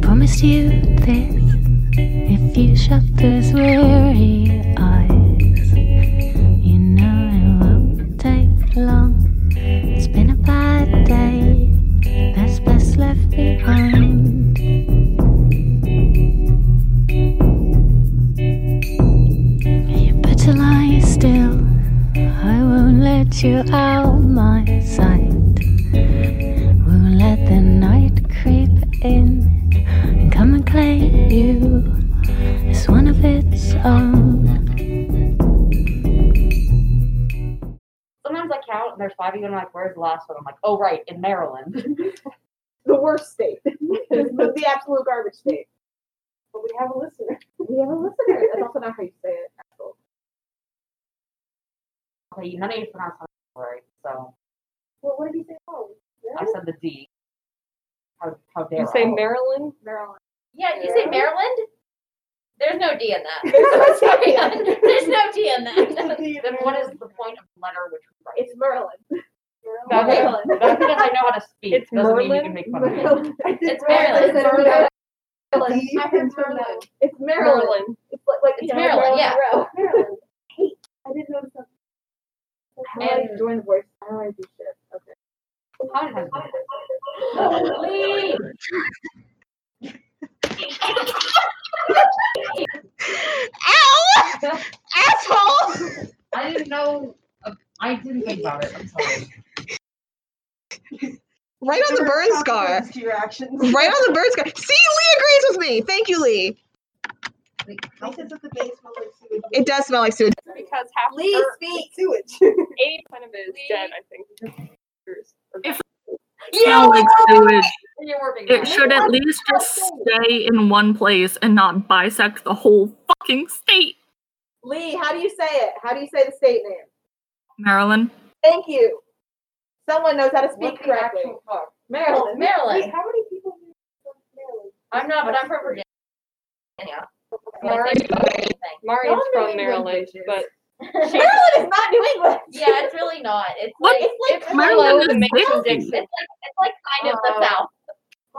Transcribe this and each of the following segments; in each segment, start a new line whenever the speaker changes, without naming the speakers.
promised you this if you shut those weary eyes. You know it won't take long. It's been a bad day. There's best left behind. You better lie still. I won't let you out my sight. Won't let the night creep in and come and claim you as one of its own.
Sometimes I count and there's five of you, and I'm like, where's the last one? I'm like, oh, right, in Maryland.
The worst state. the absolute garbage state. But we have a listener. We have a listener. That's also not how you say it. asshole.
Okay, None of you pronounced my name right, so
Well, what did you say? Oh,
I said the D. How, how dare
You say
I?
Maryland?
Maryland.
Yeah, you say
Yeah.
Maryland? There's no D in that.
There's no D in it.
There's no D in that.
Then what is
It's
the point of the letter which we write?
Merlin.
That's it.
Merlin.
That's because I know how to speak.
It's
doesn't mean you
Merlin.
can make fun of me.
Merlin. I did
It's
realize
Maryland.
that it was Maryland.
D
I heard
comes from
Merlin.
Maryland.
It's Maryland. It's like, like you
It's
know,
Maryland,
Marilyn
yeah.
Monroe. Maryland. Hey, I didn't notice that. How do I
And-
join the voice? How do I do shit? Okay.
How did I-
Please.
Ow! Asshole!
I didn't know. uh, I didn't think about it. I'm sorry.
Right on the burn scar.
To your actions.
Right on the burn scar. See, Lee agrees with me. Thank you, Lee.
He says that the base smells like sewage.
It does smell like sewage.
Because half
Lee,
Er,
or
speak. Sewage.
80% of it is dead, I think. If
smell like sewage.
You're warming
It
me.
should at least just stay in one place and not bisect the whole fucking state.
Lee, how do you say it? How do you say the state name?
Maryland.
Thank you. Someone knows how to
What
speak
the
correctly.
actual fuck? Oh,
Maryland.
Maryland.
Wait, how many people do you know Maryland?
I'm not, but I'm from Virginia.
Mari- Mari's
Y'all New
from
England
Maryland,
bitches.
but
Maryland is not New England.
yeah, it's really not. It's
What?
like
It's like
Maryland
below
is
the Mason
big.
it's like
Dixon.
it's like kind of the
Oh.
South.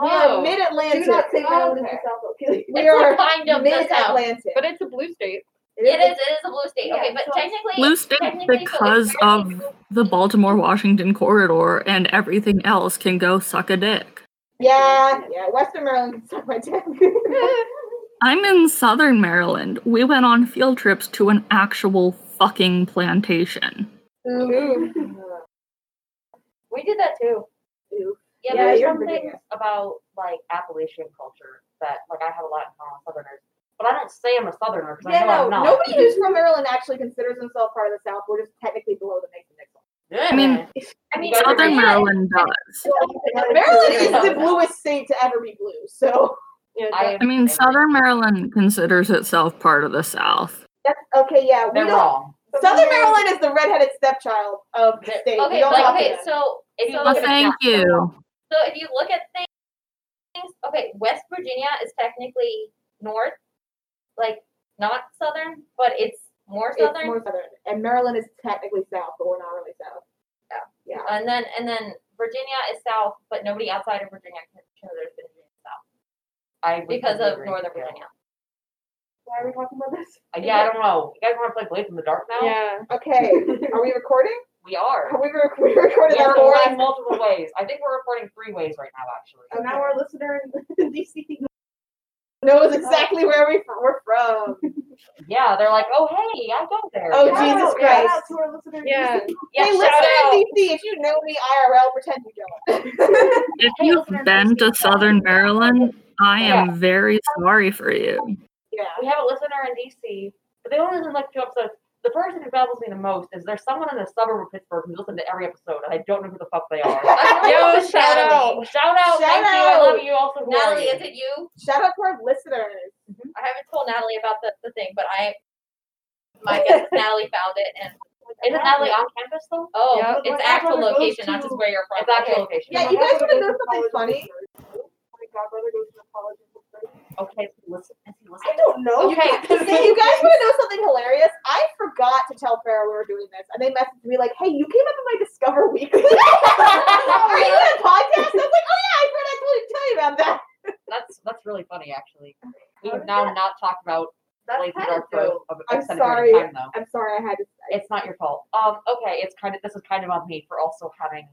We are
Whoa.
mid-Atlantic.
Do not say Maryland is
Okay.
the South Atlantic.
We
It's
are
like kind of the South.
mid-Atlantic.
but it's a blue state.
It is. It is a blue state.
Yeah,
okay, but
so-
technically,
Blue state
technically, so
because
it's
of
fairly-
the Baltimore Washington corridor and everything else can go suck a dick.
Yeah, yeah. Western Maryland can suck my dick.
I'm in southern Maryland. We went on field trips to an actual fucking plantation.
Ooh.
we did that too.
Ooh.
Yeah,
Yeah,
there's
you're
some
Virginia.
things about like Appalachian culture that like I have a lot in common with Southerners, but I don't say I'm a Southerner because
Yeah,
I know
no.
I'm not.
Nobody who's from Maryland actually considers themselves part of the South. We're just technically below the Mason Dixon.
I mean,
I mean,
southern
yeah,
Maryland does.
Maryland is
Yeah.
the bluest state to ever be blue. So
Yeah,
I,
I mean, southern Maryland considers itself part of the South.
that's okay. Yeah, we
They're
don't.
wrong.
Southern Maryland is the redheaded stepchild of the
They're-
state. We
Okay,
don't
but,
talk
okay.
about it.
So, if you
Well,
look at
thank you.
so if you look at things, things- okay, West Virginia is technically north, like not southern, but it's more southern.
It's more southern, and Maryland is technically south, but we're not really south.
Yeah.
yeah.
and then and then Virginia is south, but nobody outside of Virginia considers Virginia south
I would
because of
agree.
Northern
Yeah.
Virginia.
Why are we talking about this?
Uh, Yeah, I don't know. You guys want to play Blades in the Dark now?
yeah.
Okay, are we recording?
We are.
Are we, rec- we recorded
We're
that whole
recording
last.
multiple ways. I think we're recording three ways right now, actually.
Okay.
So now our listener in DC
Knows exactly where we we're from.
Yeah, they're like, oh hey, I go there.
Oh,
Yeah.
Jesus
Shout out
Christ.
to our listener in
Yeah.
DC.
Yeah,
hey,
shout
listener
out.
in DC, if you know me IRL, pretend you don't.
If you've been to southern Maryland, I am very sorry for you.
yeah.
We have a listener in DC, but they only listen to, like two episodes. The person who baffles me the most is there's someone in the suburb of Pittsburgh who listens to every episode, and I don't know who the fuck they are.
I'm
Yo,
gonna go with
shout
Natalie.
Shout out,
Shout
thank you, I love you, also who are
Natalie,
you?
is it you?
Shout out to our listeners.
I haven't told Natalie about the, the thing, but I my guess is Natalie found it and
Isn't Natalie on campus though?
oh,
Yeah.
it's
Well,
actual
everyone goes
location, not
to-
just where you're from.
It's actual
Okay.
location.
Yeah,
My
you guys wanna
godmother goes
know something
college in
funny?
Pittsburgh. My godmother goes to college in Pittsburgh.
Okay, so listen, is he listening?
I don't know.
Okay.
You guys, see, you guys want to know something hilarious? I forgot to tell Farrah we were doing this, and they messaged me like, "Hey, you came up in my Discover Weekly. Are you on a podcast?" I was like, "Oh yeah, I forgot I told you, tell you about that."
That's that's really funny, actually. We
How
have
is
now
that-
not talked about
That's
Blades of
kind
Dark
of
for
dope.
a-
I'm
an extended
sorry.
period of time, though.
I'm sorry I had to. I-
It's not your fault. Um, okay, it's kind of this is kind of on me for also having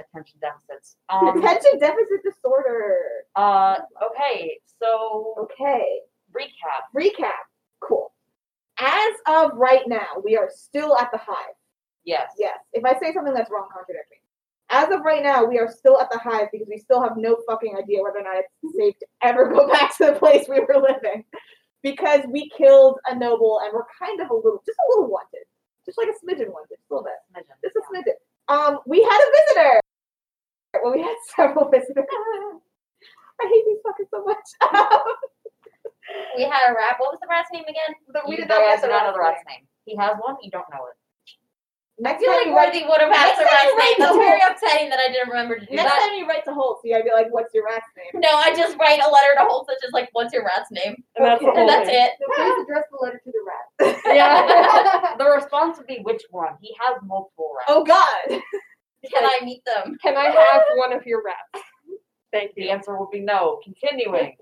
attention deficits. Um,
Attention deficit disorder.
uh, okay, so
Okay.
recap.
Recap. Cool. As of right now, we are still at the hive.
Yes.
Yes. If I say something that's wrong, contradict me. As of right now, we are still at the hive because we still have no fucking idea whether or not it's safe to ever go back to the place we were living. Because we killed a noble and we're kind of a little, just a little wanted. Just like a smidgen wanted, a little bit.
Smidgen,
Just a
yeah.
smidgen. Um, we had a visitor. Well, we had several visitors. I hate these fucking so much.
We had a rap. What was the rat's name again?
But we
You
did not
guys do
get the
not know the rat's
rats.
name. He has one. You don't know it.
I
next
feel
time
like
you write-
Worthy would have asked the
Next time
rat's
you write
name. That's
the
very
whole-
upsetting that I didn't remember to do
Next
that.
time you write to Holt, you gotta be like, "What's your rat's name?"
No, I just write a letter to Holt that's just like, what's your rat's name?
And that's the
And
whole
that's
thing.
it.
So please address the letter to the rat.
Yeah. the response would be which one? He has multiple rats.
Oh God.
Can I meet them?
Can I have one of your rats? Thank
The
you.
answer will be no. Continuing.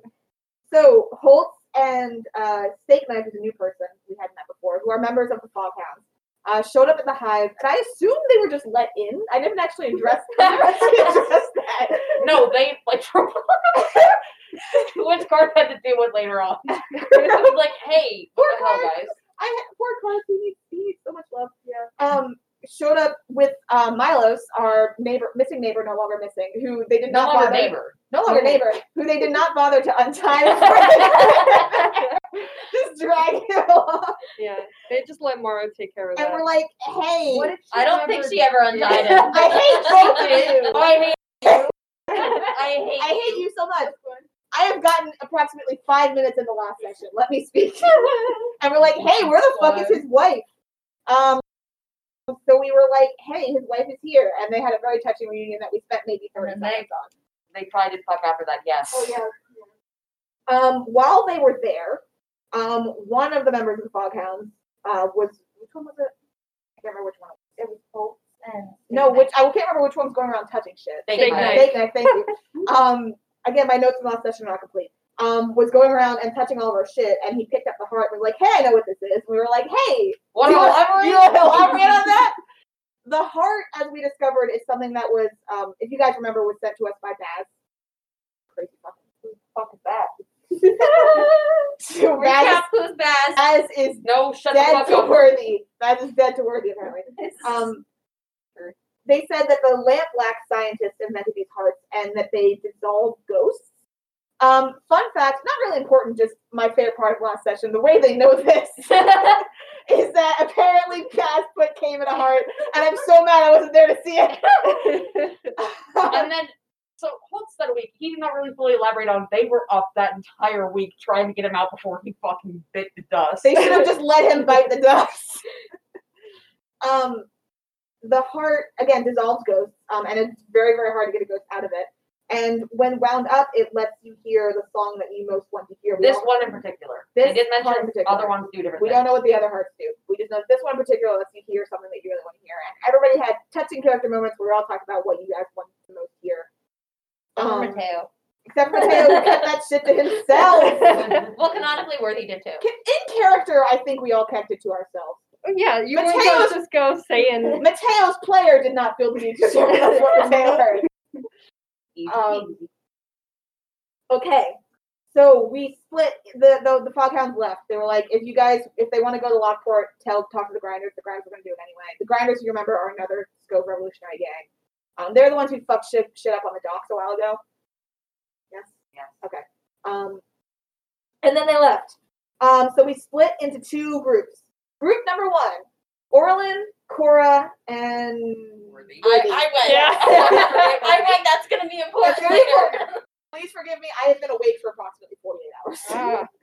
So Holt and uh, Steak Knife is a new person we hadn't met before, who are members of the Fog Hounds. Uh, showed up at the hive, and I assumed they were just let in. I didn't actually address, I didn't actually address that.
no, they like which Garth had to deal with later on. He was like, hey, what the hell, guys?
I had poor Clark, he needs, he needs so much love. Yeah. Um, showed up with uh, Milos, our neighbor, missing neighbor, no longer missing, who they did
No
not
longer
bother,
neighbor.
no longer neighbor, who they did not bother to untie. just drag him along.
Yeah. They just let Mara take care of
and
that.
we're like, hey,
What if she
I don't think
never
she ever untied him.
I hate both
I hate
of you.
you. I hate
I hate you so much. I have gotten approximately five minutes in the last session. Let me speak. and we're like, hey, where the fuck is his wife? Um, so we were like, hey, his wife is here, and they had a very touching reunion that we spent maybe thirty
Mhm.
minutes on.
They probably did fuck after that, yes.
Oh yeah.
Um, while they were there, um, one of the members of the Foghounds uh, was which one was it? I can't remember which one. It was Holt. No, which I can't remember which one's going around touching shit.
They
Big
might.
night.
Thank you. Thank you. Um, again, my notes from last session are not complete. Um, was going around and touching all of our shit, and he picked up the heart and was like, "Hey, I know what this is." we were like, "Hey,
What
you
do I-
wanna- you wanna elaborate on that?" The heart, as we discovered, is something that was, um, if you guys remember, was sent to us by Baz. Crazy fucking. Who the fuck is that?
Recap
Baz,
who's best.
Baz is
No, shut the
dead
fuck
to
up.
worthy. Baz is dead to worthy, apparently. Um, they said that the lampblack scientists invented these hearts and that they dissolve ghosts. Um, fun fact, not really important, just my favorite part of last session. The way they know this is that apparently Baz put came in a heart, and I'm so mad I wasn't there to see it.
And then, so Holtz that week, he did not really fully elaborate on. They were up that entire week trying to get him out before he fucking bit the dust.
They should have just let him bite the dust. um, the heart again dissolves ghosts, um, and it's very very hard to get a ghost out of it. And when wound up, it lets you hear the song that you most want to hear. We
This
don't-
one in particular.
This
they did
one in
mention
particular.
other ones do different
we
things.
don't know what the other hearts do. We just know this one in particular lets you hear something that you really want to hear. And everybody had touching character moments where we all talked about what you guys want to most hear.
Um,
Um, except for Mateo, who kept that shit to himself.
Well, canonically, Worthy did too.
In character, I think we all kept it to ourselves.
yeah, you
Mateo's-
won't just go saying
Mateo's player did not feel the need to share with us what Mateo heard.
Easy,
um,
easy.
Okay. So we split the the, the foghounds left. They were like, if you guys if they want to go to Lockport, tell talk to the grinders. The grinders are gonna do it anyway. The grinders, you remember, are another scope revolutionary gang. Um, they're the ones who fucked shit, shit up on the docks a while ago. Yes.
Yes.
Okay. Um, and then they left. Um, so we split into two groups. Group number one, Orlin, Cora, and
Worthy.
I, I went.
Yeah.
I went. That's gonna be important.
That's really important. Please forgive me. I have been awake for approximately 48 hours.
ah,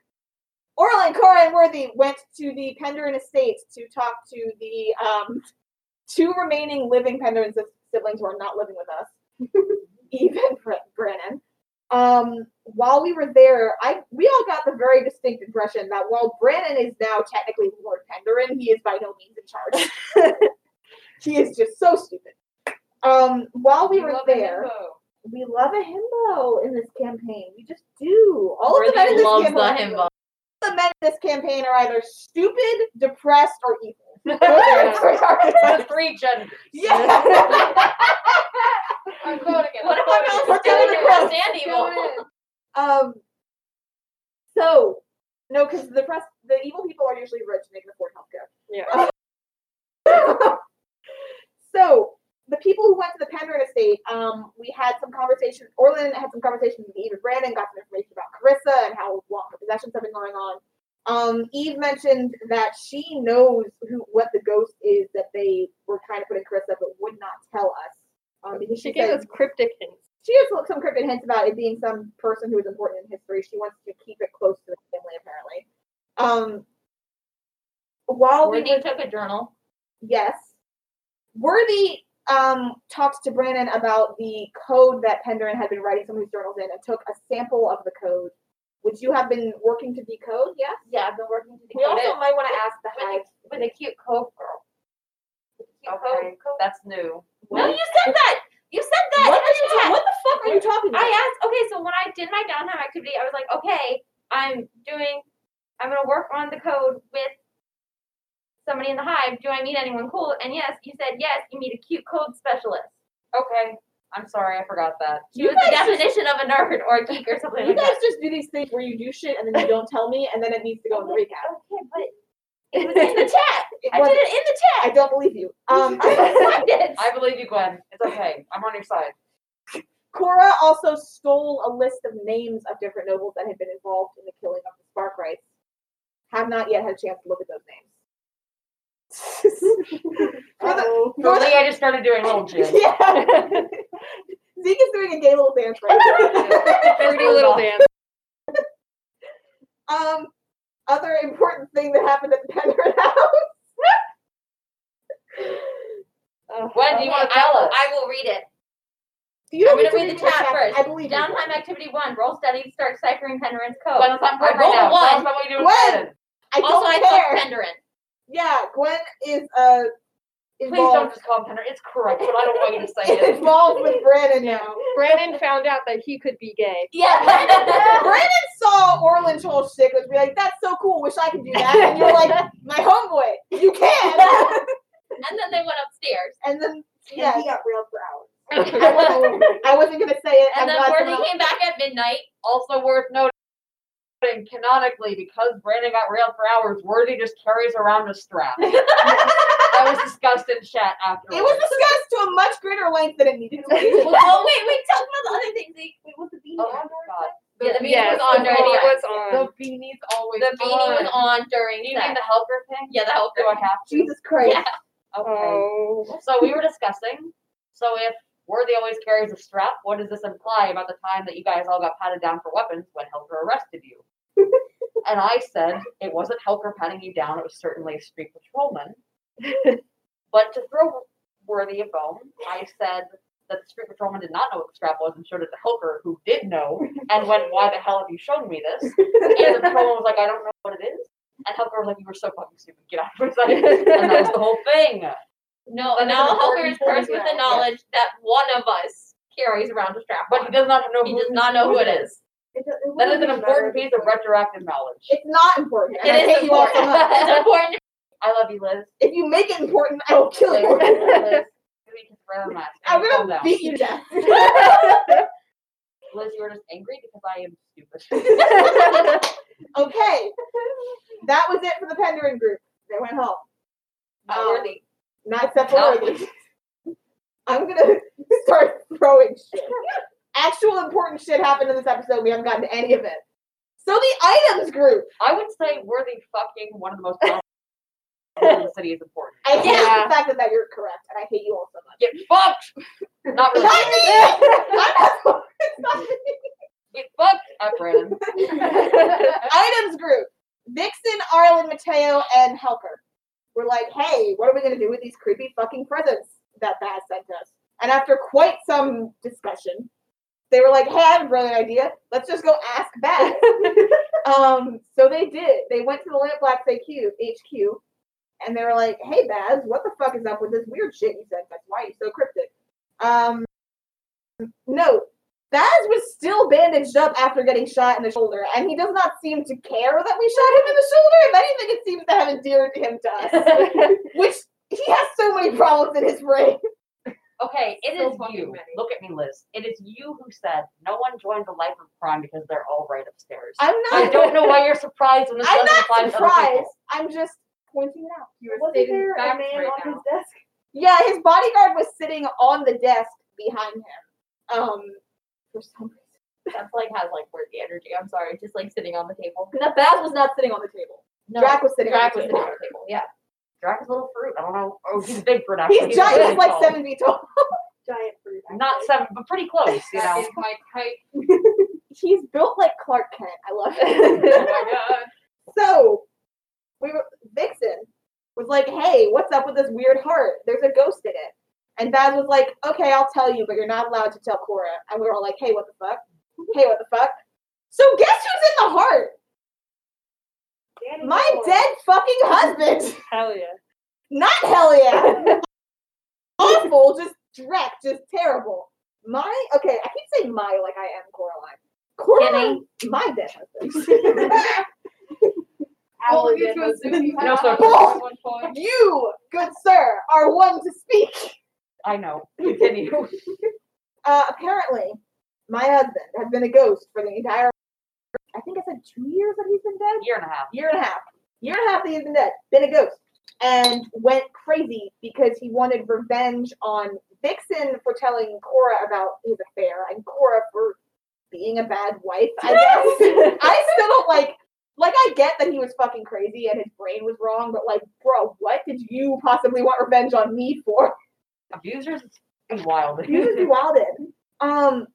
Orlin, Cora, and Worthy went to the Penderin estate to talk to the um, two remaining living Penderin si- siblings who are not living with us, Eve and Br- Brannon. Um, while we were there, I we all got the very distinct impression that while Brannon is now technically Lord Penderin, he is by no means in charge. he is just so stupid. Um, while we were there, we love a himbo in this campaign. We just do. All of the men in
Worthy
this
loves the
campaign,
himbo.
all of the men in this campaign are either stupid, depressed, or evil.
The three genders.
Yeah.
I'm voting it.
What if I'm not
We're
still
doing it wrong.
and evil?
Um. So no, because the press, the evil people are usually rich and they can afford healthcare.
Yeah.
so the people who went to the Pendrin estate, um, we had some conversation. Orlin had some conversation with Eve and Brandon, got some information about Carissa and how long her possessions have been going on. Um, Eve mentioned that she knows who what the ghost is that they were trying to put in Carissa, but would not tell us. Um, because
She
she,
gave
said-
us cryptic hints.
she has some cryptic hints about it being some person who is important in history. She wants to keep it close to the family, apparently. Um, while we
Worthy took a journal.
yes, Worthy um, talks to Brandon about the code that Penderin had been writing some of his journals in and took a sample of the code, which you have been working to decode. Yes.
Yeah, I've been working to
We
decode
also
it
might want to ask the
with
hag.
a, with a cute cove girl. With a cute
Okay,
cove- cove-
that's new.
No, you said that. You said that.
What
in the
are you-
chat.
what the fuck are you talking about?
I asked. Okay, so when I did my downtime activity, I was like, okay, I'm doing, I'm gonna work on the code with somebody in the hive. Do I meet anyone cool? And yes, you said yes. You meet a cute code specialist.
Okay, I'm sorry, I forgot that.
She
You
was the
guys just-
definition of a nerd or a geek or something.
you
like
guys just do these things where you do shit and then you don't tell me, and then it needs to go in the recap.
that. Okay, but it was in the chat.
It
I
wasn't-
did it in the
I
chat.
don't believe you. Um,
I did.
I believe you, Gwen. It's okay. I'm on your side.
Cora also stole a list of names of different nobles that had been involved in the killing of the Spark Rights. Have not yet had a chance to look at those names. For the-
For me, I just started doing little jig.
yeah. Zeke is doing a gay little dance right
Dirty little dance.
now. um, other important thing that happened at the Penner House.
Gwen, do you want to tell
I will,
us?
I will read it.
You
I'm
don't
gonna
need
read
to
the chat first.
I believe you.
Downtime activity one. Roll study. Start ciphering Penderen's
Gwen,
code.
let's not break
I rolled
right now.
a one.
Tell us about what you do
Gwen!
instead.
I don't
also, I
care.
fucked Penderen.
yeah, Gwen is uh
Please don't
involved,
just call him Penner. It's corruption. I don't want you to say
is
it.
involved with Brandon now.
Brandon found out that he could be gay.
Yeah.
Brandon saw Orland whole shit was be like, "That's so cool. Wish I could do that." And you're like, "My homeboy, you can."
and then they went upstairs.
and then
Yeah,
yeah,
he got railed for hours.
I wasn't, I wasn't gonna say it.
And
I'm
then
glad
Worthy
someone else-
came back at midnight.
Also worth noting, canonically, because Brandon got railed for hours, Worthy just carries around a strap. I was discussed in chat afterwards.
It was discussed to a much greater length than it needed to be.
well, oh wait, we talked about the other things. Like,
Wait, was the beanie
Oh my
on during
God.
sex?
yeah, the beanie
Yes,
was on
the
during
beanie
sex.
was on.
The beanie's always
The beanie was on during
Do you mean
sex.
the helper thing?
Yeah, the helper.
Do I have to?
Jesus Christ.
Yeah.
Okay.
Oh.
So we were discussing. So if Worthy always carries a strap, what does this imply about the time that you guys all got patted down for weapons when Helker arrested you? and I said it wasn't Helker patting you down; it was certainly a street patrolman. but to throw Worthy a bone, I said that the street patrolman did not know what the strap was and showed it to Helker, who did know, and went, "Why the hell have you shown me this?" And the patrolman was like, "I don't know what it is." And Helker was like, "You were so fucking stupid. Get out of my sight." And that was the whole thing.
No,
And
now
then the
Hulker is
Gordon
cursed with
Gordon
the
out, yeah.
knowledge that one of us carries around a strap.
But he does not know.
He
who
does not know who it is.
It do- it
That
wouldn't
is an
really
important
matter.
piece of retroactive knowledge.
It's not important. and I
It
hate
is
you all
important.
so much.
it's important.
I love you, Liz.
If you make it important, I will kill
Liz,
you.
Liz, we can throw them at-
I'm
calm
gonna
down.
beat you to death.
Liz, you were just angry because I am stupid.
okay. That was it for the Penderin group. They went home.
Not
Um,
worthy.
Not except for
Not
Worthy. I'm gonna start throwing shit. Actual important shit happened in this episode. We haven't gotten to any of it. So the items group.
I would say worthy fucking one of the most powerful people in the city is important.
I hate
Yeah.
the fact that, that you're correct, and I hate you all so much.
Get fucked. Not
It's not
really.
me! I'm not- it's not me!
Get fucked up, Brandon.
items group. Vixen, Arlen, Mateo, and Helper. We're like, hey, what are we gonna do with these creepy fucking presents that Baz sent us? And after quite some discussion, they were like, hey, I have a brilliant idea. Let's just go ask Baz. um, so they did. They went to the Lampblack HQ, HQ, and they were like, hey, Baz, what the fuck is up with this weird shit you sent us? Why are you so cryptic? Um, No, Baz was still bandaged up after getting shot in the shoulder, and he does not seem to care that we shot him in the shoulder. If anything, it seems to have endeared him to us. Which he has so many problems in his brain.
Okay, it
So
is
fucking
you.
many.
Look at me, Liz. It is you who said no one joined the life of crime because they're all right upstairs.
I'm
I
not.
don't know why you're surprised when this
I'm
doesn't apply
not
to other people.
surprised. I'm just pointing it out.
You were
Wasn't
stating
there a
facts
man
right
on
now.
his desk? Yeah, his bodyguard was sitting on the desk behind him. Um, for some reason.
That's like has like where's the energy? I'm sorry, just like sitting on the table.
No, Baz was not sitting on the table.
No,
Drac was sitting
Drac
on
was sitting
the
on
table.
the table. Yeah.
Drac is a little fruit. I don't know. Oh, he's big fruit. Actually.
He's giant.
really
He's like
tall.
seven feet tall. giant fruit.
Not seven, but pretty close. You
That
know.
is my type.
He's built like Clark Kent. I love
Oh
it.
my god.
so we were Vixen was like, "Hey, what's up with this weird heart? There's a ghost in it." And Baz was like, "Okay, I'll tell you, but you're not allowed to tell Cora." And we were all like, "Hey, what the fuck? Hey, what the fuck?" So guess who's in the heart?
Danny
My
Boyle.
dead fucking husband.
Hell yeah.
Not hell yeah. Awful, just dreck, just terrible. My okay, I keep saying my like I am Coraline. Coraline, my dead husband.
Well,
Our
you
dead
to
husband.
assume you
No,
had
sir.
a husband at one point.
You, good sir, are one to speak.
I know. Continue.
Uh, apparently, my husband has been a ghost for the entire. I think I said two years that he's been dead.
Year and a half.
year and a half, year and a half that he's been dead, been a ghost, and went crazy because he wanted revenge on Vixen for telling Cora about his affair and Cora for being a bad wife. I guess I still don't like. Like I get that he was fucking crazy and his brain was wrong, but like, bro, what did you possibly want revenge on me for?
Abusers is wild.
You just bewildered. Um,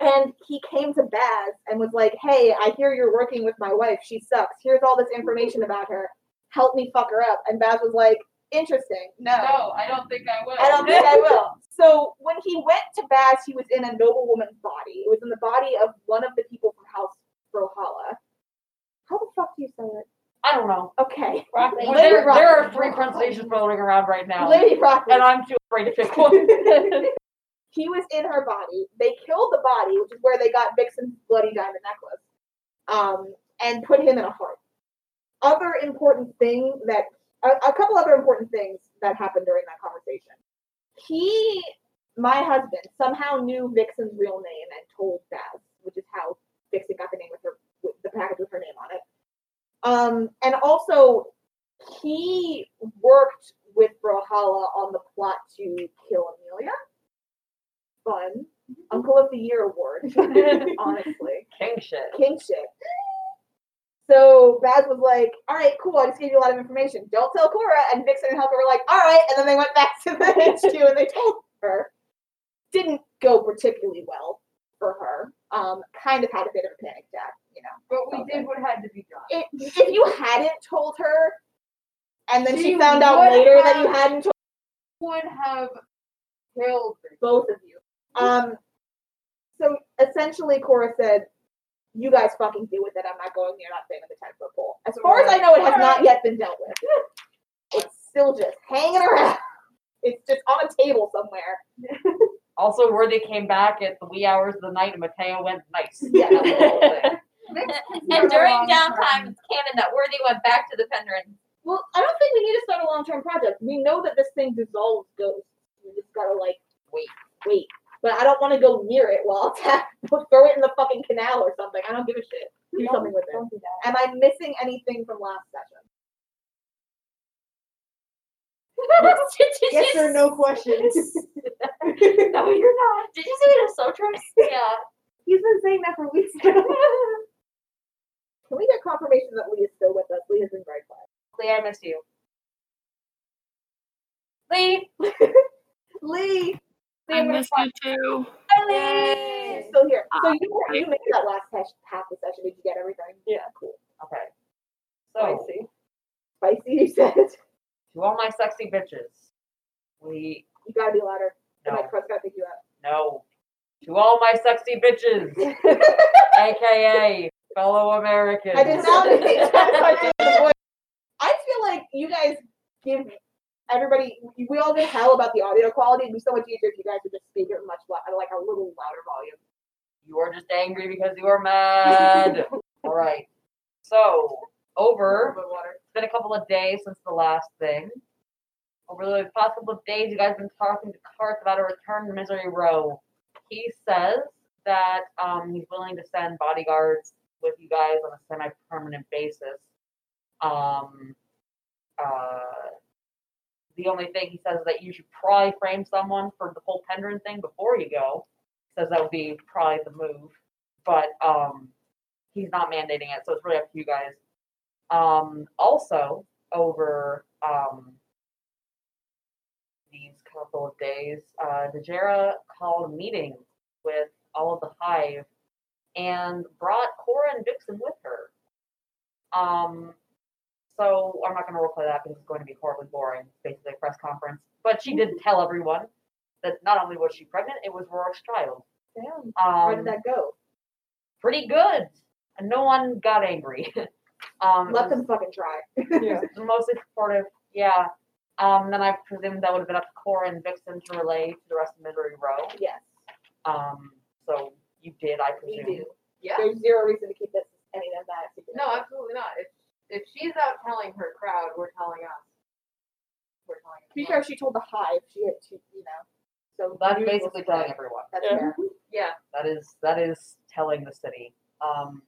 and he came to Baz and was like, "Hey, I hear you're working with my wife. She sucks. Here's all this information about her. Help me fuck her up." And Baz was like, "Interesting. No,
No, I don't think I will.
I don't think I will." So when he went to Baz, he was in a noblewoman's body. It was in the body of one of the people from House Brohala. How the fuck do you say it?
I don't know.
Okay,
Broccoli.
Lady
There, there are
Broccoli.
three pronunciations floating around right now,
Lady Broccoli.
and I'm too afraid to pick one.
he was in her body. They killed the body, which is where they got Vixen's bloody diamond necklace, um, and put him in a heart. Other important thing that a, a couple other important things that happened during that conversation. He, my husband, somehow knew Vixen's real name and told Baz, which is how Vixen got the name with her, with the package with her name on it. Um, and also, he worked with Brohala on the plot to kill Amelia fun. Uncle of the Year award, honestly.
King shit.
King shit. So Baz was like, all right, cool, I just gave you a lot of information. Don't tell Cora. And Vixen and Helga were like, all right. And then they went back to the HQ and they told her. Didn't go particularly well for her. Um, kind of had a bit of a panic attack, you know.
But we did what had to be done.
It, if you hadn't told her, and then she,
She
found out
would
later that you
have-
hadn't told
Would have killed her.
both of you. Um, so essentially, Cora said, "You guys fucking deal with it. I'm not going near that thing with the ten foot pole." As far as I know, it has not yet been dealt with. It's still just hanging around. It's just on a table somewhere.
Also, where they came back at the wee hours of the night, and Mateo went nice.
Yeah.
That was the whole thing.
and during downtime, it's canon that Worthy went back to the Pendrin.
Well, I don't think we need to start a long term project. We know that this thing dissolves ghosts. We just gotta like wait, wait. But I don't want to go near it while it's happening. Throw it in the fucking canal or something. I don't give a shit. Do something with it. Am I missing anything from last session?
Yes or
no questions.
No, you're not. Did you say it was Sotros? Yeah.
He's been saying that for weeks now. Can we get confirmation that Lee is still with us? Lee is in Bright Flag.
Lee, I miss you.
Lee.
Lee!
I miss you too.
You're still here. So you, you made that last session, half the session. Did you get everything?
Yeah.
Cool.
Okay.
I
So,
see.
Spicy, you said. You
to all my sexy bitches, we
gotta be louder. The
no,
microphone's gotta pick you up.
no. To all my sexy bitches, aka fellow Americans.
I did not make that. I, did the voice. I feel like you guys give everybody, we all get hell about the audio quality. It'd be so much easier if you guys would just speak at much lo- like a little louder volume.
You are just angry because you are mad. All right. So, over. It's been a couple of days since the last thing. Over the past couple of days, you guys have been talking to Karth about a return to Misery Row. He says that um, he's willing to send bodyguards with you guys on a semi permanent basis. Um, uh, the only thing he says is that you should probably frame someone for the whole Pendrin thing before you go. Says that would be probably the move, but um, he's not mandating it, so it's really up to you guys. Um, also, over um, these couple of days, uh, Najera called a meeting with all of the hive and brought Cora and Dixon with her. Um, so I'm not going to replay that because it's going to be horribly boring, basically a press conference. But she did tell everyone that not only was she pregnant, it was Rorik's child.
Damn.
Um,
Where did that go?
Pretty good. And no one got angry. um, it
Let
was-
them fucking try.
Yeah.
was mostly supportive. Yeah. Um, then I presume that would have been up to Cora and Vixen to relay to the rest of Misery Row.
Yes,
Um, so you did, I
we
presume.
do.
Yeah.
There's zero reason to keep this any of that. secret.
No, absolutely not. If if she's out telling her crowd, we're telling us. We're telling.
To be
everyone.
fair, she told the hive. She had two, you know. So
That's
you-
basically telling everyone.
That's
Yeah.
fair.
Yeah.
That is that is telling the city. Um,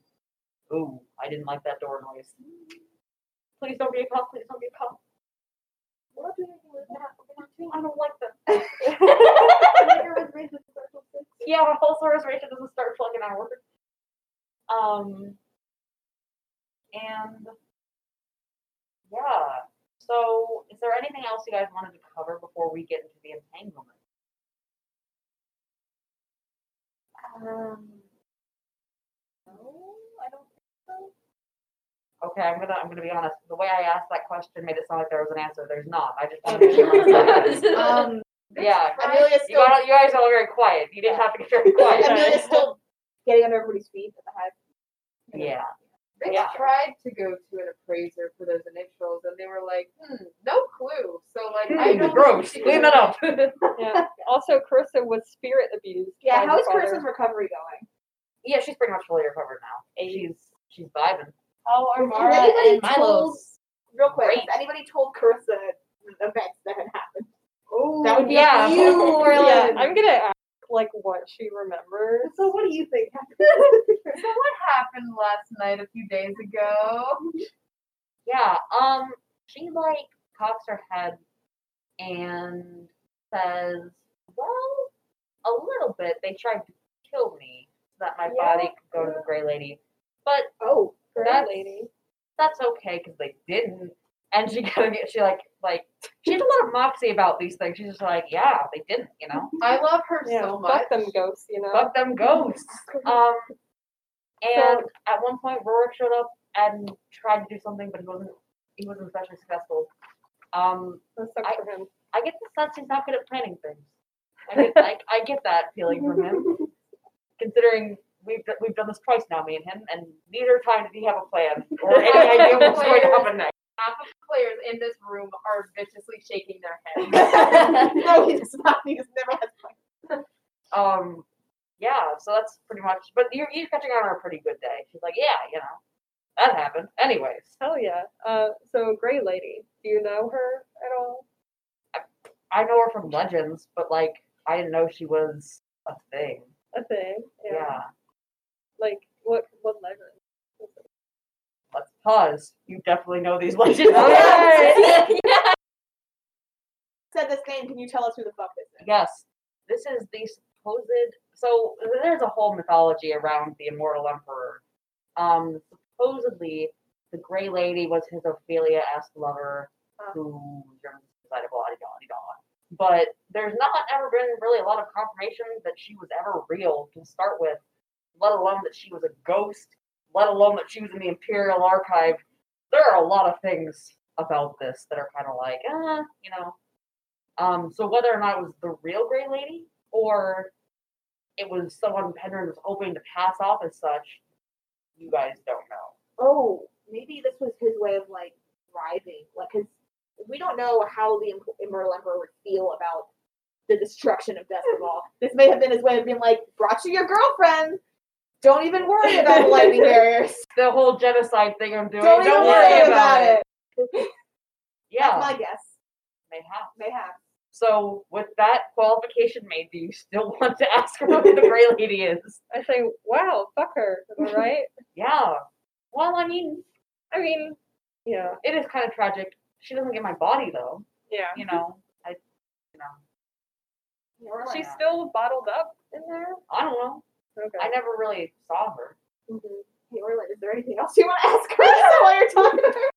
ooh, I didn't like that door noise. Please don't be a cop. Please don't be a cop. We're not doing anything. We're not, we're not doing, I don't like them. yeah, my whole source Rachel doesn't start fucking hour. Um, and yeah. So, is there anything else you guys wanted to cover before we get into the entanglement?
Um, no, I don't
Okay, I'm gonna I'm gonna be honest. The way I asked that question made it sound like there was an answer. There's not. I just wanted to be honest.
Um,
yeah.
Amelia's
You,
still,
got, you guys are all very quiet. You didn't have to get very quiet.
Amelia's still getting under everybody's feet at the hive.
yeah.
They
Yeah.
tried to go to an appraiser for those initials, and they were like, hmm, no clue. So like,
Hmm.
I don't.
Gross.
think-
Clean that up.
yeah. Also, Carissa was spirit abused. by
Yeah,
the
how is
father.
Carissa's recovery going?
Yeah, she's pretty much fully recovered now. She's she's vibing.
How are
Has
Mara
anybody
and
told-
Milo?
Real quick,
Great.
has anybody told Carissa the events that had happened?
Oh,
That would be
yeah.
you, Orlin.
yeah. I'm gonna ask like what she remembers.
So what do you think?
So what happened last night a few days ago?
Yeah. Um. She like cocks her head and says, "Well, a little bit. They tried to kill me so that my
Yeah,
body could go to the Gray Lady, but
Oh,
Gray
That's-
lady.
that's okay because they didn't. And she kind of get she like like she has a lot of moxie about these things. She's just like, yeah, they didn't, you know.
I love her
Yeah,
so much.
fuck them ghosts, you know.
Fuck them ghosts. Um, and at one point, Rorik showed up and tried to do something, but he wasn't he wasn't especially successful. Um,
That sucks
I-
for him.
I get the sense he's not good at planning things. I get I, I get that feeling from him, considering. We've, d- we've done this twice now, me and him, and neither time did he have a plan or any idea what's going to happen next.
Half of the players in this room are viciously shaking their heads.
no, he does not. He just never has.
um yeah so that's pretty much but you're, you're catching on on a pretty good day she's like yeah you know that happened anyways
Hell yeah. Uh, so Gray Lady, do you know her at all?
i know her from legends but like i didn't know she was a thing
A thing.
yeah,
Like what? What legend?
let's pause you definitely know these legends
yeah. Said this name. Can you tell us who the fuck this is?
yes this is the supposed so there's a whole mythology around the immortal emperor um supposedly the gray lady was his ophelia-esque lover who decided well i don't, I don't. but there's not ever been really a lot of confirmation that she was ever real to start with let alone that she was a ghost let alone that she was in the imperial archive there are a lot of things about this that are kind of like uh, you know um, so whether or not it was the real Grey Lady or it was someone Pendrin was hoping to pass off as such, you guys don't know.
Oh, maybe this was his way of like bribing, like his we don't know how the Im- Immortal Emperor would feel about the destruction of Despomol. This may have been his way of being like, brought you your girlfriend. Don't even worry about the lightning barriers.
The whole genocide thing I'm doing.
Don't even worry about it. That's
Yeah,
my guess.
mayhap.
Mayhap.
So with that qualification made, do you still want to ask her who the Grey Lady is?
I say, wow, fuck her. Am I right?
Yeah. Well, I mean,
I mean, yeah,
it is kind of tragic. She doesn't get my body though.
yeah.
You know, I, you know,
You're
She's
right.
still bottled up in there.
I don't know. I
Okay.
never really saw her.
Mhm. Hey, Orland, is there anything else you want to ask her while you're talking to her?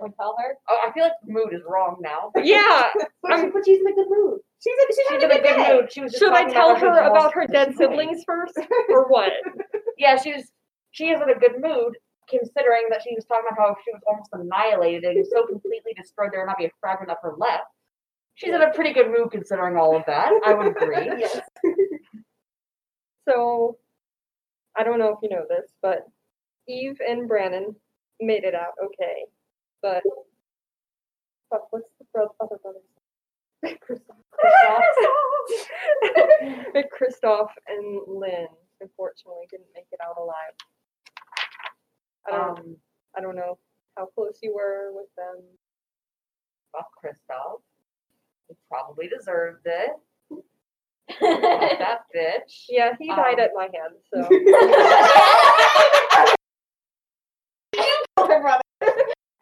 Would tell her.
Oh, I feel like the mood is wrong now.
Yeah.
But, she- but she's in a good mood. She's in, she's
She's
having
in a good
day.
mood. She was. Just
Should I
talking
tell
about
her
being
about
lost
her
in
dead
the story.
siblings first, or what?
Yeah, she was. She is in a good mood, considering that she was talking about how she was almost annihilated and so completely destroyed there would not be a fragment of her left. She's in a pretty good mood considering all of that. I would agree.
Yes.
So, I don't know if you know this, but Eve and Brannon made it out okay. But fuck, what's the bro- other brother's name? Christoph. Christoph and Lynn, unfortunately, didn't make it out alive. I don't,
Um,
I don't know how close you were with them.
well, Kristoff, he probably deserved it. Fuck
That's
that bitch.
Yeah, he
Um,
died at my hand, so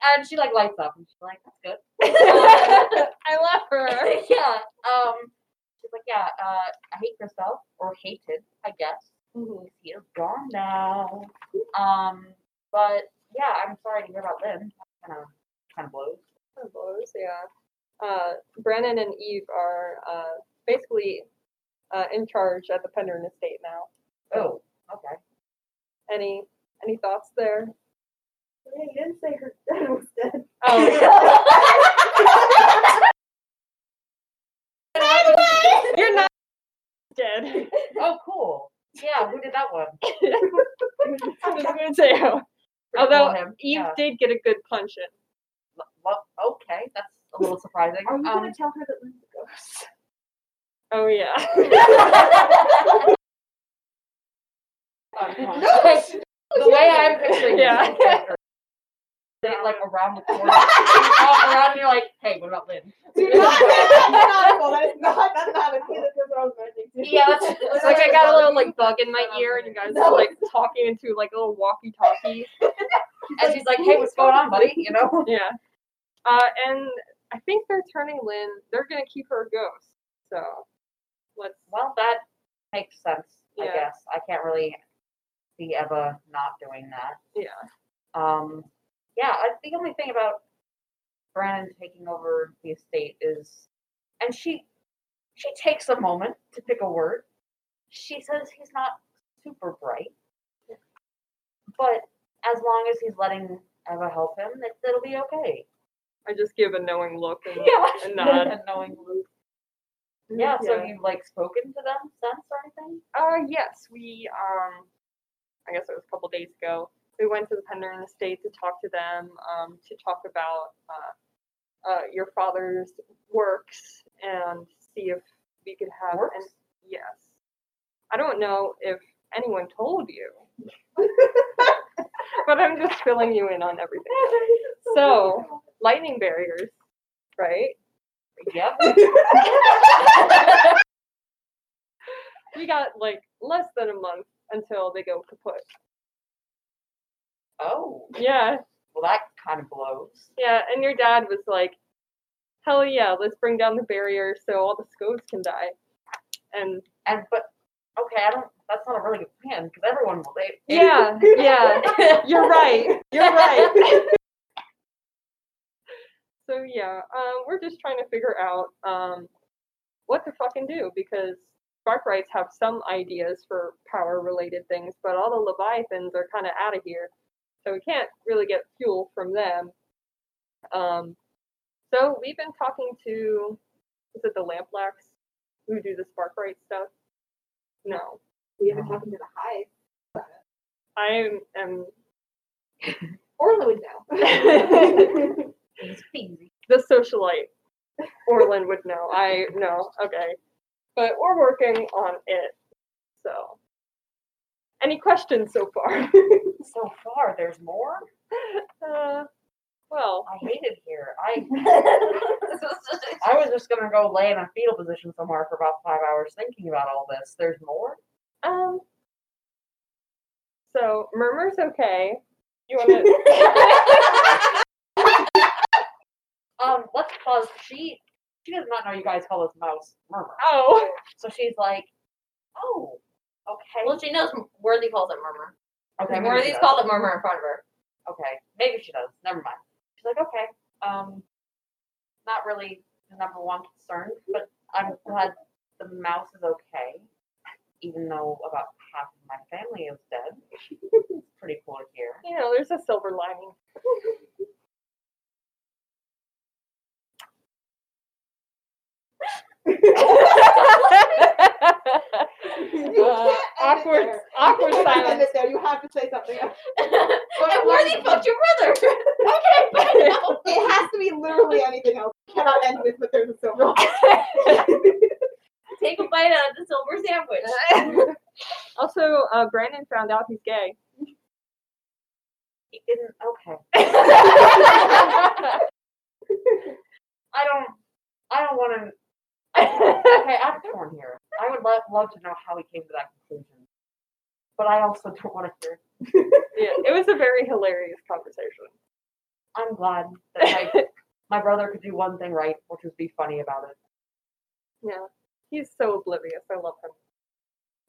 And she like lights up and she's like, "That's good."
I love her.
yeah. Um, she's like, "Yeah, uh, I hate Kristoff, or hated, I guess." he is gone now. Um, but yeah, I'm sorry to hear about Lynn. Kind of, kind of blows.
Kind of blows, yeah. Uh, Brennan and Eve are uh, basically uh, in charge at the Pendern estate now.
Oh, okay.
Any any thoughts there?
Yeah, you didn't say her dad was dead.
Oh, you're not dead.
Oh, cool. Yeah, who did that one?
I was gonna say, oh.
Pretty cool
although
of him.
Eve
yeah.
did get a good punch in.
Lo- lo- okay, that's a little surprising.
Are you
Um,
gonna tell her that Lynn's a ghost?
Oh yeah.
the way I'm picturing
Yeah.
it, it's like- they're, like around the corner, you walk around, and you're like, "Hey, what about Lynn?"
Do not make that canonical. That is not that's not a that's what I was mentioning.
Yeah, that's,
It's like I got a little like bug in my ear, and you guys
No.
are like talking into like a little walkie-talkie.
and she's like, "Hey, what's going on, buddy?" You know.
Yeah. Uh, and I think they're turning Lynn. They're gonna keep her a ghost. So let's.
Well, that makes sense, I
Yeah.
guess. I can't really see Eva not doing that.
Yeah.
Um, yeah, I, the only thing about Brandon taking over the estate is, and she she takes a moment to pick a word. She says he's not super bright, but as long as he's letting Eva help him, it, it'll be okay.
I just give a knowing look and a nod.
Not knowing Luke. Yeah, so you've like spoken to them since or anything?
Uh, yes, we um, I guess it was a couple days ago. We went to the Pendern Estate to talk to them, um, to talk about uh, uh, your father's works and see if we could have. an-
Works?
yes, I don't know if anyone told you, but I'm just filling you in on everything. So, lightning barriers, right?
Yep.
We got like less than a month until they go kaput.
Oh,
Yeah,
well, that kind of blows.
Yeah, and your dad was like, "Hell yeah, let's bring down the barrier so all the scoves can die." And
And but okay, I don't. That's not a really good plan because everyone will. They, they-
yeah, yeah, you're right, you're right. so yeah, um, we're just trying to figure out um, what to fucking do because Sparkrights have some ideas for power-related things, but all the Leviathans are kind of out of here, so we can't really get fuel from them. Um, so we've been talking to is it the Lamplacks who do the Sparkrite stuff? No.
We haven't talked to the hive.
I am
Orla would know.
It's easy.
the socialite. Orlin would know. I know. Okay. But we're working on it. So, any questions so far?
So far, there's more.
uh, well,
I hate it here. I
This was just-
I was just gonna go lay in a fetal position somewhere for about five hours thinking about all this. There's more.
um, so murmurs okay. You want to?
Um, let's pause. She she does not know you guys call this mouse murmur.
oh,
So she's like, oh, okay,
well, she knows Worthy calls it murmur.
okay. maybe she
Worthy's
does.
called it murmur in front of her.
Okay, maybe she does. Never mind. She's like, okay, um, not really the number one concern, but I'm glad the mouse is okay, even though about half of my family is dead. it's pretty cool to hear.
you know, there's a silver lining. Uh, awkward, awkward
you can't end
silence.
it there. You have to say something else.
and Worthy fucked your brother. okay, but no.
It has to be literally anything else. You cannot end with but there's a silver.
Take a bite out of the silver sandwich.
Also, uh, Brandon found out he's gay.
He didn't. Okay,
I
I don't. I don't want to. okay, I'm torn here. I would love, love to know how he came to that conclusion, but I also don't want to hear
Yeah, it was a very hilarious conversation.
I'm glad that my, my brother could do one thing right, which was be funny about it.
Yeah, he's so oblivious. I love him.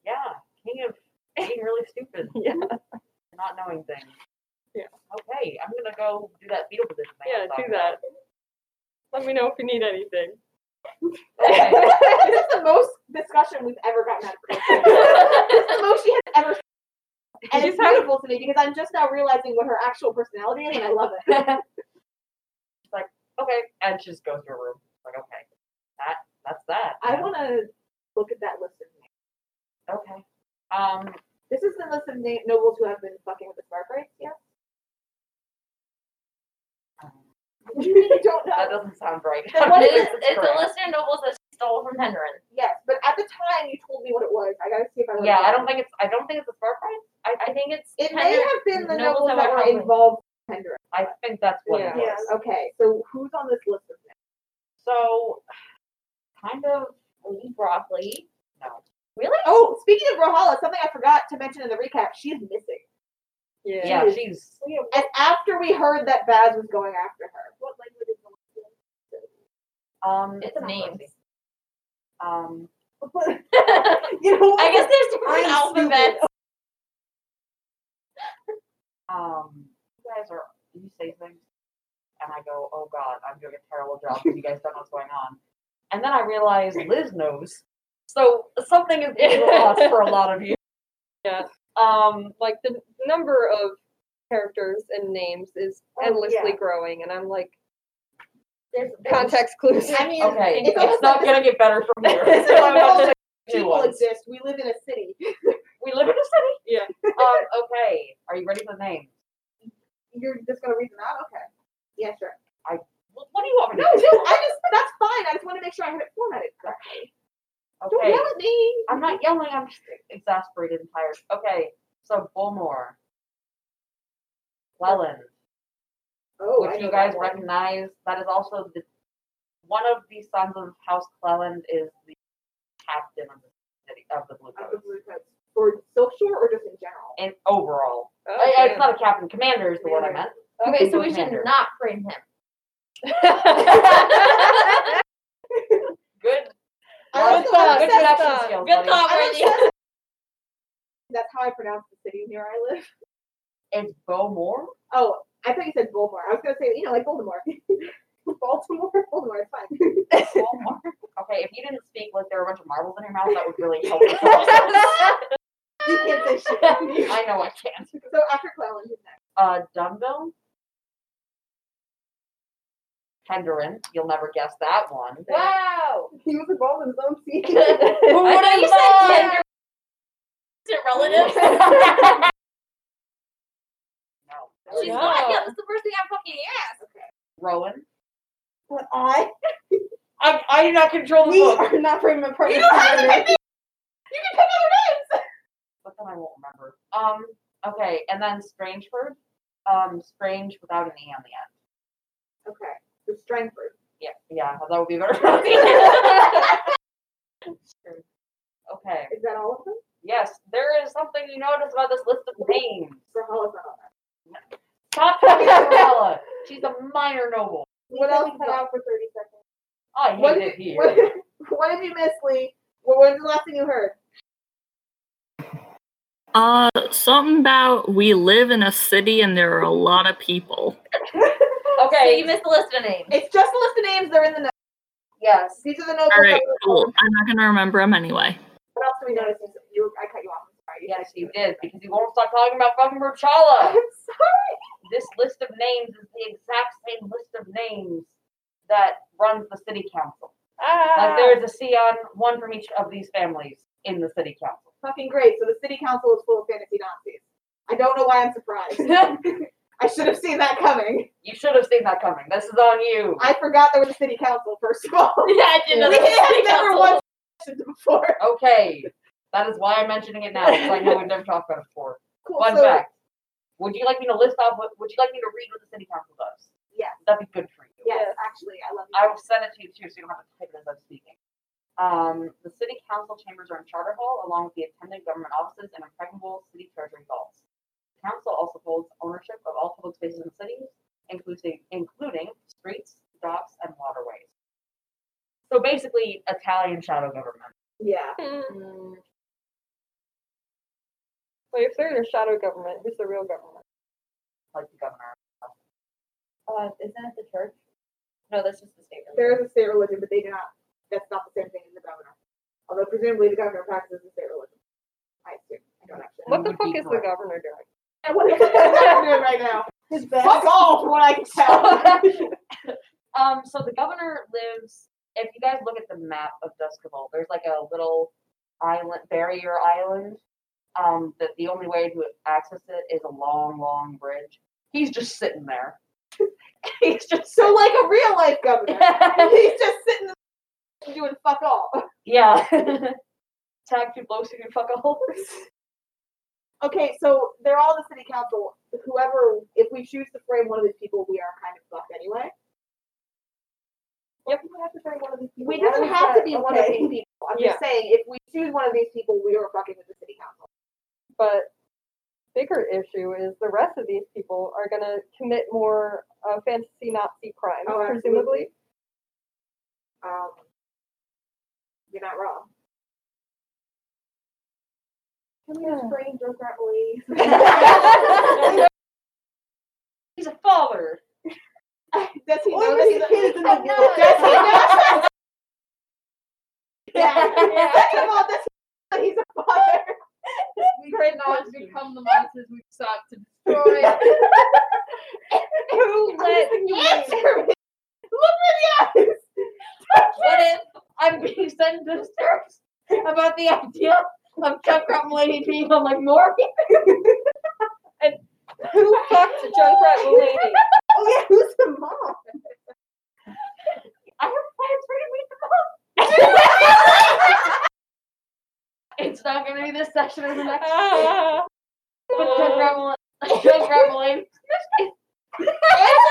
Yeah, king of being really stupid,
Yeah,
not knowing things.
Yeah.
Okay, I'm gonna go do that fetal position. thing I
yeah,
was
do
talking
that. Let me know if you need anything.
about. Okay.
this is the most discussion we've ever gotten out of Kristen. This is the most she has ever said. And it's
She's had-
beautiful to me because I'm just now realizing what her actual personality is and I love it.
okay, and she just goes to her room. Like, okay, that that's that.
I
Yeah.
want to look at that list of names.
Okay. Um.
This is the list of na- nobles who have been fucking with the spark race, yeah? I don't
That
know.
doesn't sound right.
Then what
It
is
is, it's a listener nobles that she stole from Henderin.
Yes, but at the time you told me what it was. I gotta see if I.
Yeah,
remember.
I don't think it's. I don't think it's a spark prize.
I think it's
It may
Henderin-
have been the
Nobles
nobles
have
that
a
were
problem.
involved. in Hendra.
I think that's what it
Yeah.
was.
Yes.
Okay, so who's on this list of names?
So, kind of
broccoli.
no.
Really?
Oh, speaking of Rohala, something I forgot to mention in the recap, she's missing.
Yeah.
Yeah, she's
And after we heard that Baz was going after her, what language is
um.
It's names.
Um.
the
I
You know what?
guess there's different
I'm
alphabets.
um, you guys are, you say things, and I go, oh God, I'm doing a terrible job because you guys don't know what's going on. And then I realize Liz knows. So something is being lost for a lot of you.
Yeah.
Um,
Like the number of characters and names is
Oh,
endlessly
yeah.
growing, and I'm like
There's
context clues.
I mean,
okay,
it's
it's,
almost
not
like
going to get better from here.
this is
So I'm about to
how
take new
people
ones.
exist. We live in a city.
We live in a city?
Yeah.
Um, okay, are you ready for the name?
You're just gonna read them out? Okay. Yeah, sure.
What what do you want me
No,
to
just I just that's fine. I just want to make sure I had it formatted correctly.
do?
Don't
Okay,
yell at me.
I'm not yelling, I'm just exasperated and tired. Okay, so Bullmore. Welland.
Oh, I
which you
know
guys
that one.
recognize. That is also the one of the sons of House Cleland is the captain of the city of the Blue
Of the
Coats.
blue coats. For social or just in general?
And overall, I-
Oh,
I-
damn.
it's not a captain. Commander is the word I meant.
Okay, so we should
Commander.
not frame him.
Good.
I
Good
also
thought.
thought,
Good
have
good
a
connection
thought.
skills.
Good
buddy.
thought, Worthy.
That's how I pronounce the city near I live.
It's Bowmore.
Oh, I thought you said Baltimore. I was gonna say, you know, like Baltimore. Baltimore, Baltimore, it's fine.
Bowmore. okay, if you didn't speak like there were a bunch of marbles in your mouth, that would really help. the process.
You can't say shit.
I know I can't.
so after Clown, who's next?
Uh, Dumbo. Henderin. You'll never guess that one.
Wow.
He was involved in his own scene.
I
What
thought you said gender. Distant relatives.
No.
She's
No.
not. Yeah, that's the first thing I fucking asked.
Rowan.
But I,
I, I do not control the
we
book.
are not from a
You
permanent
don't have to
partner.
pick me. You can pick other names.
But then I won't remember. Um. Okay, and then Strangeford. Um, strange without an e on the end.
Okay, the Strangford.
Yeah, yeah, that would be better. pronunciation. okay.
Is that all of them?
Yes, there is something you notice about this list of names.
Rahala's not on that.
Stop talking to Corella. She's a minor noble.
What else cut out for 30 seconds?
I hate
What-
it here.
What, what did you miss, Lee? What was the last thing you heard?
Uh, something about we live in a city and there are a lot of people.
So
Okay.
you missed the list of names.
It's just a list of names. They're in the notes.
yes.
These are the notes.
All right, cool. I'm not gonna remember them anyway.
What else do we notice? You, I cut you off. I'm sorry.
Yes, you did because you won't stop talking about fucking Burchala.
I'm sorry.
This list of names is the exact same list of names that runs the city council.
ah.
Ah.
Like there's a Sion, one from each of these families in the city council.
Fucking great. So the city council is full of fantasy Nazis. I don't know why I'm surprised. I should have seen that coming.
You should have seen that coming. This is on you.
I forgot there was a city council, first of all.
Yeah, I didn't know
we
there was a
had
city
never
council.
once mentioned it before.
Okay. That is why I'm mentioning it now because I know we've never talked about it before.
Cool.
Fun
so,
fact. Would you like me to list off what would you like me to read what the city council does?
Yes.
That'd be good for you.
Yes, actually, I love you.
I will send it to you too so you don't have to type it as I'm speaking. Um, the city council chambers are in Charter Hall along with the attendant government offices and impregnable city treasury vaults. The council also holds ownership of all public spaces in the city, including including streets, docks, and waterways. So basically Italian shadow government.
Yeah.
Hmm. Wait, if they're the shadow government, who's the real government?
Like the governor.
Uh, isn't it the church? No, that's just the state.
There is a state religion, but they do not. That's not the same thing as the governor. Although presumably the governor practices the state religion. I assume. I don't actually.
What the
would
fuck
be
is the
correct.
governor doing?
know. What the fuck is the governor doing right now? His best. Fuck all, from what I can tell.
um, so the governor lives. If you guys look at the map of Duskable, there's like a little island, barrier island. Um, that the only way to access it is a long, long bridge. He's just sitting there. He's just
so like a real life governor.
so.
He's just sitting there doing fuck all.
yeah. Tag two blows to your fuck all.
Okay, so they're all the city council. Whoever, if we choose to frame one of these people, we are kind of fucked anyway.
Yep.
we have to frame one of these people. We
Why
doesn't
is
have to
that?
be one of
Okay.
these people. I'm
Yeah.
just saying, if we choose one of these people, we are fucking with the city council.
But bigger issue is the rest of these people are gonna commit more uh, fantasy Nazi crimes,
Oh,
presumably.
absolutely. Um, you're not wrong. Can we just frame Joker Lee?
He's a father.
Does he
Or
know
does
that
he
he's a Does
think
he
that-
know? that- Yeah. Second of all, does he know that he's a father?
We cannot become the monsters we sought to destroy.
Who let answer me? Look me in the eyes.
What if I'm being sent to hysterics about the idea of Chuck Crumb Lady being on like more
Who fucked Junkrat Mulaney?
Oh yeah, who's the mom?
I have plans for you to meet the mom. it's not gonna be this session or the next. one.
Ah. Oh.
But Doug Revel- Doug Revelin-
Answer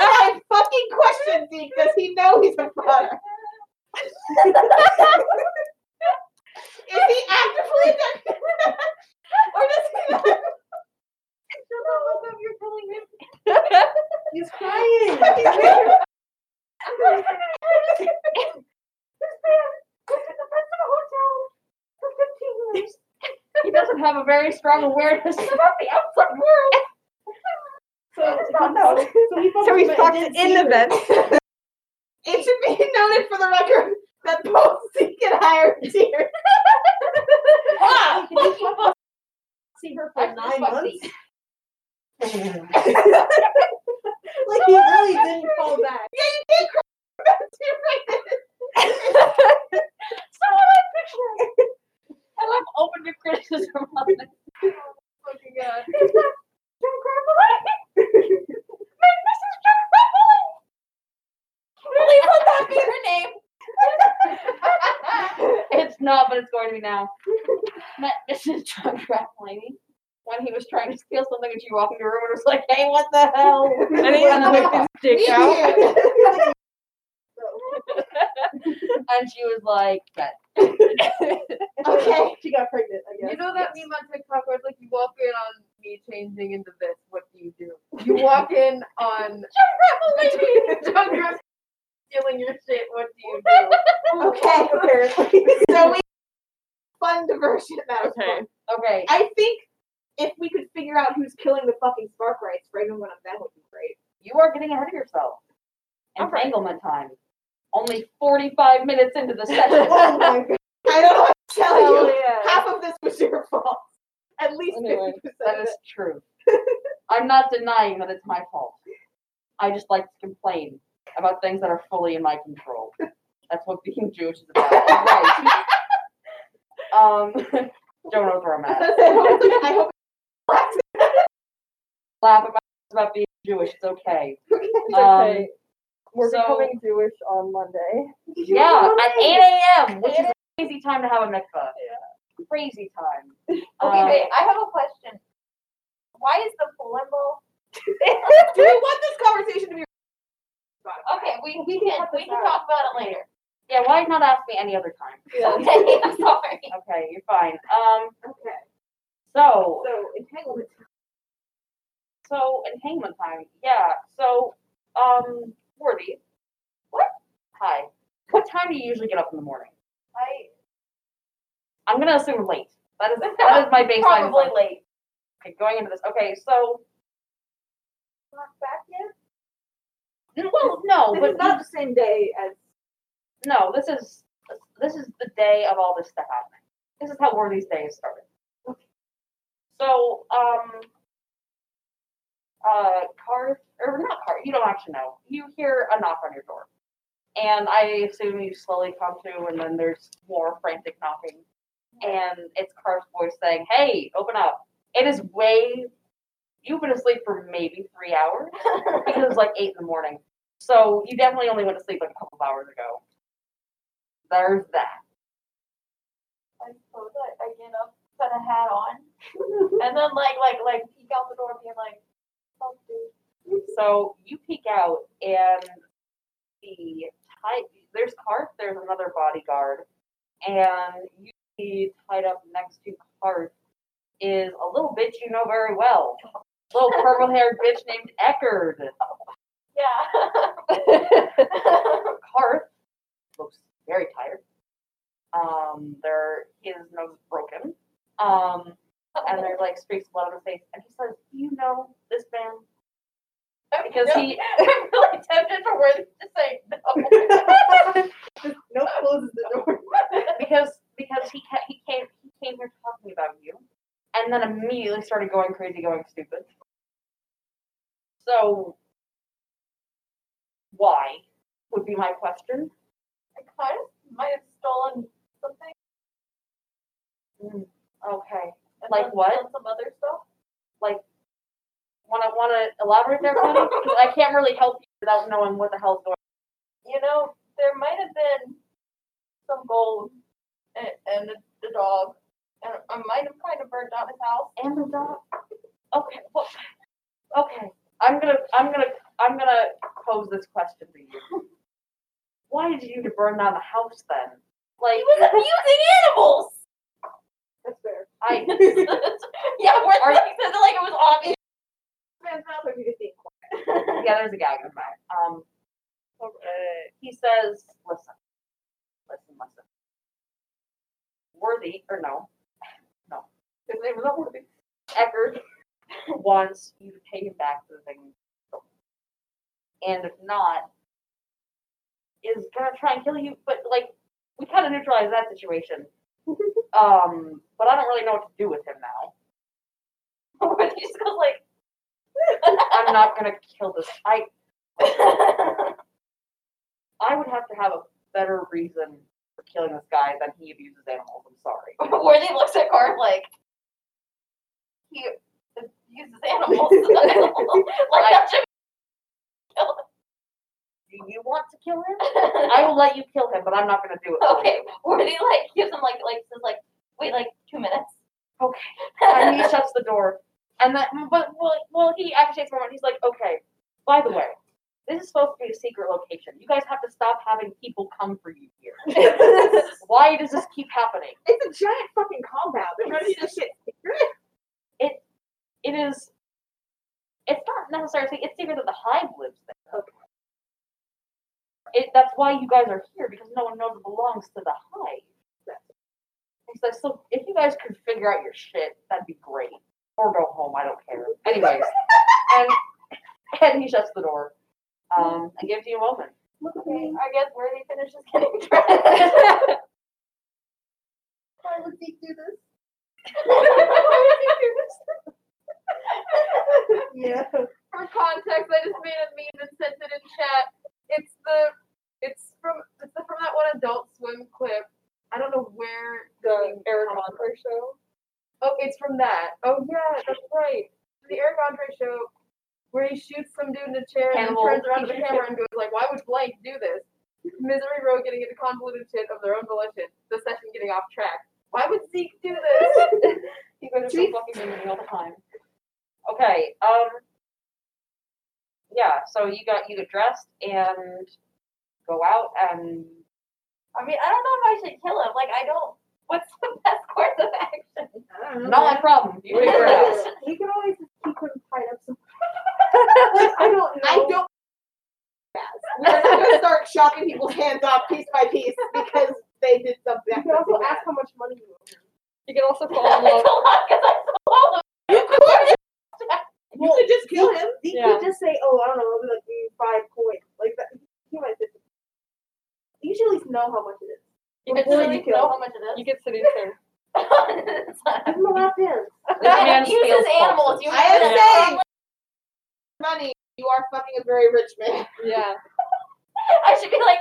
my fucking question, Zeke. Does he know he's a father? Is he actively a- or does he not? He's crying.
he doesn't have a very strong awareness about the outside world.
So he fucked in the vent.
It should be noted for the record that both Zeke and I are dear.
See her
for nine months?
That's
Like he really didn't fall back. Yeah, you did cry about deer
not what I pictured. And I'm open to criticism on this.
Fucking god.
Please let that not, but it's going to be now. Met Mrs. John Rathlaney when he was trying to steal something and she walked into the room and was like, hey, what the hell?
And he just whipped his dick out.
And she was like, "Bet."
okay, she got pregnant. I guess.
You know that meme on TikTok where it's like you walk in on me changing into this, what do you do? You walk in on John Griffin stealing your shit, what do you do?
Okay, apparently. so we fun diversion. That was
Okay.
fun.
Okay.
I think if we could figure out who's killing the fucking spark rights for everyone of them would be great.
You are getting ahead of yourself.
All right.
Entanglement time. Only 45 minutes into the session.
oh my god. I don't know what to tell
Hell
you.
yeah.
Half of this was your fault. At least
Anyway,
50%
that
of
is
it.
true. I'm not denying that it's my fault. I just like to complain about things that are fully in my control. That's what being Jewish is about. Right. um, don't overthrow a
I
man.
hope it's- I hope
Laugh about, about being Jewish. It's okay.
It's
Um,
okay. We're
so-
becoming Jewish on Monday.
Yeah, at 8 a.m., which is a crazy time to have a mikvah. Crazy time.
Okay,
Um,
wait. I have a question. Why is the pool involved?
do we want this conversation to be
Okay, we, we can we can talk about it later.
Yeah, why not ask me any other time?
Okay, I'm sorry.
Okay, you're fine. Um,
okay.
so
So entanglement.
so entanglement time. Yeah. So um, Worthy, what? Hi. What time do you usually get up in the morning?
I
I'm gonna assume late. That is that is my baseline.
probably
assumption.
late.
Okay, going into this. Okay, so
Not back yet.
well, no,
This
but
is not the same day as
no. This is this is the day of all this stuff happening. This is how Worthy's day is started. So um, uh, Carth or not Carth? You don't actually know. You hear a knock on your door, and I assume you slowly come to, and then there's more frantic knocking, and it's Carth's voice saying, "Hey, open up." It is way. You've been asleep for maybe three hours. it was like eight in the morning. So you definitely only went to sleep like a couple of hours ago. There's that.
I suppose I, I get up, put a hat on, and then like like like peek out the door, being like, "Oh, dude."
So you peek out and the tied there's Karth, there's another bodyguard, and you see tied up next to Karth is a little bitch you know very well. Little purple haired bitch named Eckard.
Yeah.
Karth looks very tired. Um, there his nose is broken. Um, and there's like streaks of blood on his face. And he says, "Do you know this man?" Because he
I'm really tempted for words to say no.
no closes the door.
because because he ca- he came he came here talking about you, and then immediately started going crazy, going stupid. So, why would be my question?
I kind of might have stolen something.
Mm. Okay,
and
Like
then
what?
done Some other stuff.
want to want to elaborate there, Connie? 'Cause I can't really help you without knowing what the hell's going.
You know, there might have been some gold and, and a, a dog, and I might have kind of burned down his house.
on. And the dog. Okay. Well, okay. I'm gonna I'm gonna I'm gonna pose this question to you. Why did you need to burn down the house then? Like
He was abusing animals.
That's fair.
I
yeah, we're
Are-
like, said it like it was obvious.
Man's mouth or you just being quiet.
yeah, there's a gag in that. Um, he says, "Listen, listen, listen. Worthy or no, no. His name is not Worthy. Eckert wants you to pay him back for the thing, you stole. and if not, is gonna try and kill you. But like, we kind of neutralize that situation. um, but I don't really know what to do with him now.
But he just goes like,
I'm not gonna kill this. I I would have to have a better reason for killing this guy than he abuses animals. I'm sorry.
Worthy looks at Garth like he abuses animals. like
I-
that should
Do you want to kill him, I will let you kill him, but I'm not gonna do it.
Okay. Or he like gives him like like says like wait like two minutes.
Okay. and he shuts the door. And then, but well, well, he actually takes a moment. He's like, okay. By the way, this is supposed to be a secret location. You guys have to stop having people come for you here. Why does this keep happening?
It's a giant fucking compound. They're trying to do this shit secret.
It is. It's not necessarily. It's secret that the hive lives there. Okay. It, that's why you guys are here because no one knows it belongs to the hive. He's like, so if you guys could figure out your shit, that'd be great. Or go home. I don't care. Anyways, and and he shuts the door. Um, and gives you a moment.
Okay. I guess where they finish is getting dressed.
Why would Zeke do this?
Yeah.
For context, I just made a meme and sent it in chat. It's the it's from it's the, from that one Adult Swim clip. I don't know where
The Eric Andre show.
Oh, it's from that. Oh yeah, that's right. The Eric Andre show where he shoots some dude in a chair and then
Hannibal.
turns around to the camera and goes like, "Why would blank do this?" Misery Row getting into convoluted shit of their own volition. The session getting off track. Why would Zeke do this?
You guys are so fucking mean to me all the time. Okay. Um. Yeah. So you got you get dressed and go out and
I mean, I don't know if I should kill him. Like, I don't. What's the best course of action?
I don't know.
not my problem. You figure it out.
You can always just keep him tied up somewhere. Like, I don't know.
I don't.
We're not gonna start chopping people's hands off piece by piece because they did something.
You can also ask how much money you owe. him.
You can also fall in
I
love.
told him because I told him.
You could just kill him.
You
Yeah.
could just say, oh, I don't know, maybe like mm, five coins. Like that. You might just- you should at least know how much it is.
You
I
could
didn't
sit,
even know how much it is.
you could sit in there.
Give him a lap dance.
This man
Man uses
steals
animals. You
I am
have to-
saying, money. You are fucking a very rich man.
Yeah.
I should be like,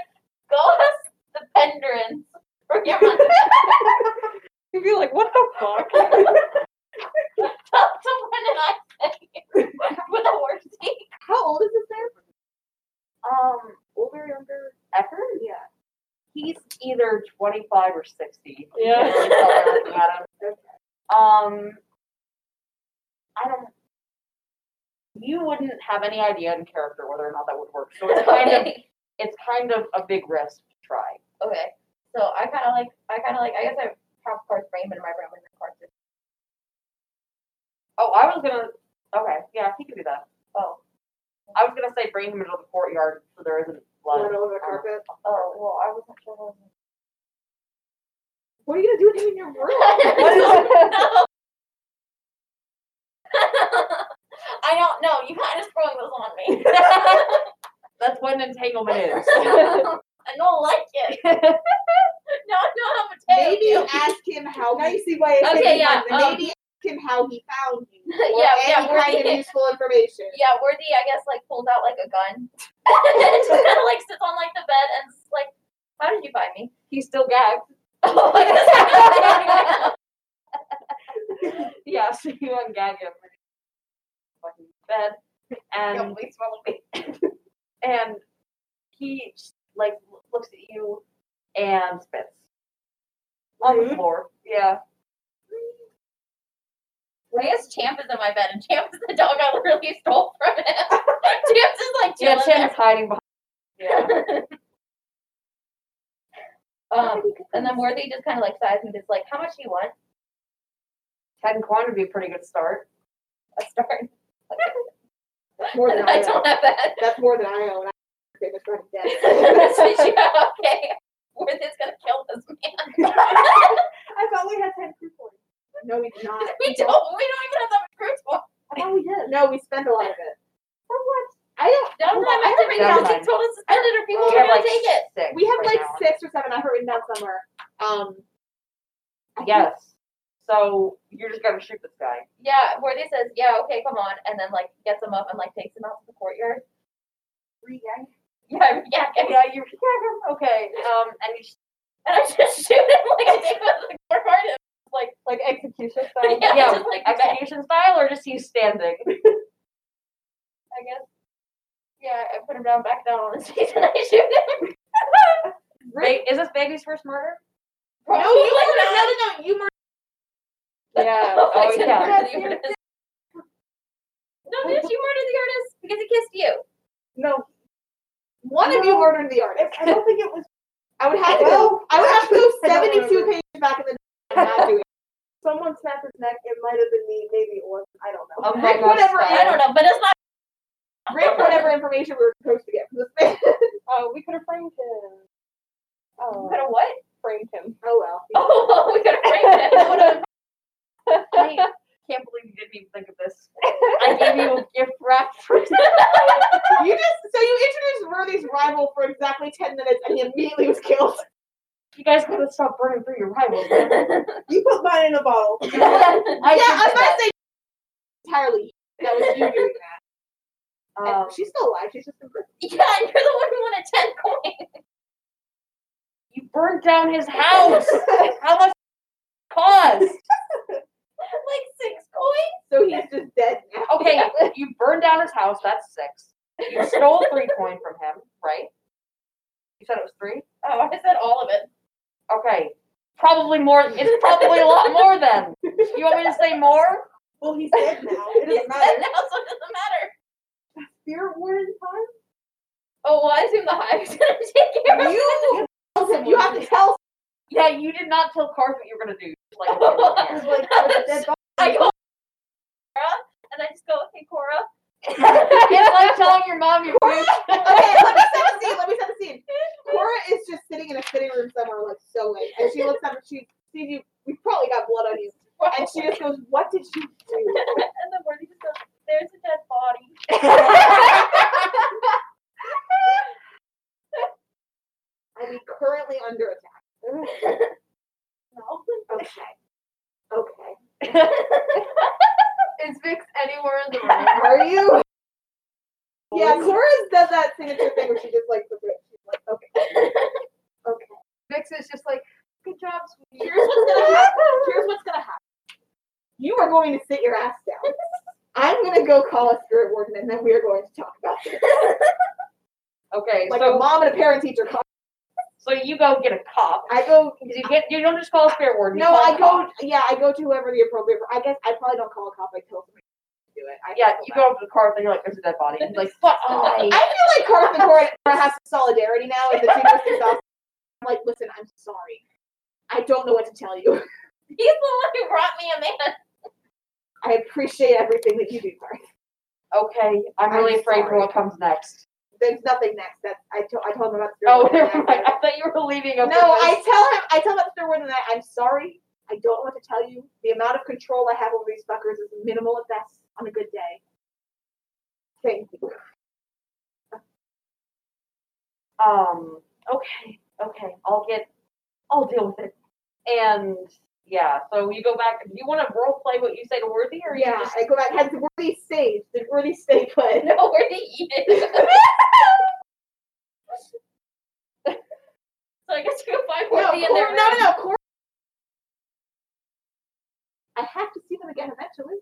go ask the pendrins for your money.
You'd be like, what the fuck?
Tell someone and I said with a horse teeth.
How old is this man?
Um, older, younger, Ecker?
Yeah.
He's either 25 or 60.
Yeah.
Really tell by looking at him. Um, I don't. You wouldn't have any idea in character whether or not that would work. So it's kind of
Okay.
it's kind of a big risk to try.
okay. So I kind of like, I kind of like, I guess I have parts brain, but my brain was parts.
Oh, I was gonna. Okay, yeah, he could do that. Oh, I was gonna say bring him into the courtyard so there isn't
Run
blood. Um,
over the carpet.
Oh, well, I wasn't sure. what was-
What are you gonna do with him in your room?
I don't know. You kind of sprung those on me.
That's what an entanglement is.
I don't like it. no, no, I'm a tail.
Maybe you ask him how.
Now you see why I
Okay,
said
yeah,
five
um,
minutes.
Maybe ask him how he found you.
Yeah,
Or
yeah,
any
we're
kind
the-
of useful information.
Yeah, Worthy, I guess, like pulls out like a gun. and just kind of like sits on like the bed and is like, how did you find me?
He's still gagged. Yeah, so you ungag him and fucking bed. And
please follow me.
and he like looks at you and spits. On the floor. Yeah.
I guess Champ is in my bed, and Champ is the dog I literally stole from him. Champ is like
Yeah,
chilling
Tim's hiding behind Yeah.
there. Um, and then Worthy just kind of like sighs and is like, how much do you want?
Ten coin would be a pretty good start.
A start.
That's more than I
I don't
own.
have that.
That's more than I own. I'm gonna dead.
okay. Worthy's gonna kill this man.
I thought we had ten crew points.
No, we did not.
we don't. We don't even have that much fruit for.
I thought we did.
No, we spent a lot of it.
For what?
I don't.
Don't
Hold
let
on,
him
I
bring
have it
down. He
down.
told us to spend it, or people
We have
are gonna
like
take it.
six
We have
right
like
now.
six or seven. I have it written down somewhere. Um, I think
Yes. So you're just gonna shoot this guy.
Yeah, Worthy says, "Yeah, okay, come on," and then like gets him up and like takes him out to the courtyard. Yeah, yeah, yeah.
Yeah, you okay. Um and he's
And I just shoot him like I take him out to the courtyard. And,
Like like execution
yeah,
style.
yeah,
just like
execution style or just he's standing?
I guess. Yeah, Yeah, I put him down, back down on the stage, and I shoot him.
Wait, is this baby's first murder?
Bro,
No, you
like,
were
no,
not-
no, no, you murdered.
Yeah.
Oh, I
oh,
didn't
yeah.
murder the artist. No, bitch, you murdered the artist because he kissed you.
No. One of you murdered the artist.
I don't think it was
I would have to go. I would have to go
I don't
seventy-two
remember.
pages back in the day. and not do it.
someone snapped his neck. It might have been me. Maybe it was. I don't know.
Oh my
Rick,
gosh,
whatever.
Skylar.
I don't know, but it's not.
Rick, whatever information we were supposed to get from this man.
Oh, we could have framed him. Oh,
Could have what?
framed him.
Oh well.
Oh, we could have framed it. Would've-
I can't believe you didn't even think of this. I gave you a gift wrap for
You just so you introduced Worthy's rival for exactly ten minutes, and he immediately was killed.
You guys gotta stop burning through your rivals. man.
You put mine in a bottle.
I did
yeah, I was about
that.
to say entirely. That was you doing that. And
Um,
she's still alive. She's just in prison.
Yeah, you're the one who won a 10 coin.
you burned down his house. How much caused?
Like six coins?
So he's just dead now.
Okay, you burned down his house. That's six. You stole three coin from him, right? You said it was three.
Oh, I said all of it.
Okay, probably more. It's probably a lot more then. You want me to say more?
Well, he's dead now. It
It's
doesn't matter.
now, so it doesn't matter.
Spirit war in time.
Oh, well, I assume the high was going to take care of
You tells him. You have to tell.
Yeah, you did not tell Carth what you were gonna do. Like,
It was like a dead body.
I go, Cora, and I just go, hey, Cora.
it's like telling your mom you're rich.
Okay, let me set the scene. Let me set the scene. Cora is just sitting in a sitting room somewhere, like so late, and she looks up and she sees you. We probably got blood on you, and she just goes, "What did you do?"
And then Worthy just goes, there's a dead body.
I mean, currently under attack.
No.
Okay. Okay.
Is Vix anywhere in the room?
Are you? Yeah, Cora does that signature thing where she just like the she's like, okay.
Vix is just like, good job, sweetie.
Here's what's gonna happen. Here's what's gonna happen. You are going to sit your ass down. I'm gonna go call a spirit warden, and then we are going to talk about this.
Okay,
Like
so
a mom and a parent teacher. con-
so you go get a cop.
I go.
Because you get you don't just call a spirit warden. you
No,
call a
I
cop.
go. Yeah, I go to whoever the appropriate. I guess I probably don't call a cop. I tell somebody to do it. I
Yeah,
feel
you
bad.
go up to the car and you're like, there's a dead body. And you're like, fuck I.
I feel like Cardiff and Cora Cora have some solidarity now. If the two goes to South- I'm like, listen, I'm sorry. I don't know what to tell you.
He's the one who brought me a man.
I appreciate everything that you do, Cardiff.
Okay, I'm
I'm
really afraid for
sorry.
what comes next.
There's nothing next. That's I told I told him about the
Oh,
Sturwood
never
and
mind.
that-
I thought you were leaving. up
No,
with
I
this.
tell him I tell him about the Sturwood and I, I'm sorry. I don't know what to tell you. The amount of control I have over these fuckers is minimal at best on a good day. Thank you.
Um. Okay. Okay. I'll get. I'll deal with it. And yeah. So you go back. Do you want to role play what you say to Worthy, or
Yeah,
you just
I go back. Has Worthy stayed? Did Worthy stay put?
No, Worthy is. so I guess you can find
No,
Worthy in there.
Cor- no, no, no, Cor- I have to see them again eventually.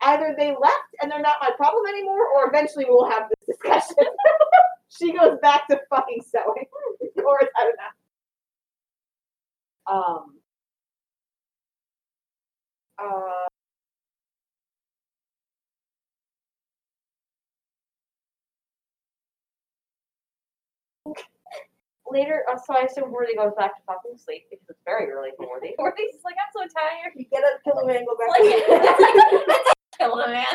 Either they left and they're not my problem anymore, or eventually we'll have this discussion. she goes back to fucking sewing. or I don't know.
um. Uh. Later, uh, so I assume Worthy goes back to fucking sleep because it's very early for Worthy.
Worthy's just like, I'm so tired.
You get up, kill him, and go back.
Like,
to sleep.
it's like, it's like,
Oh,
kill a man.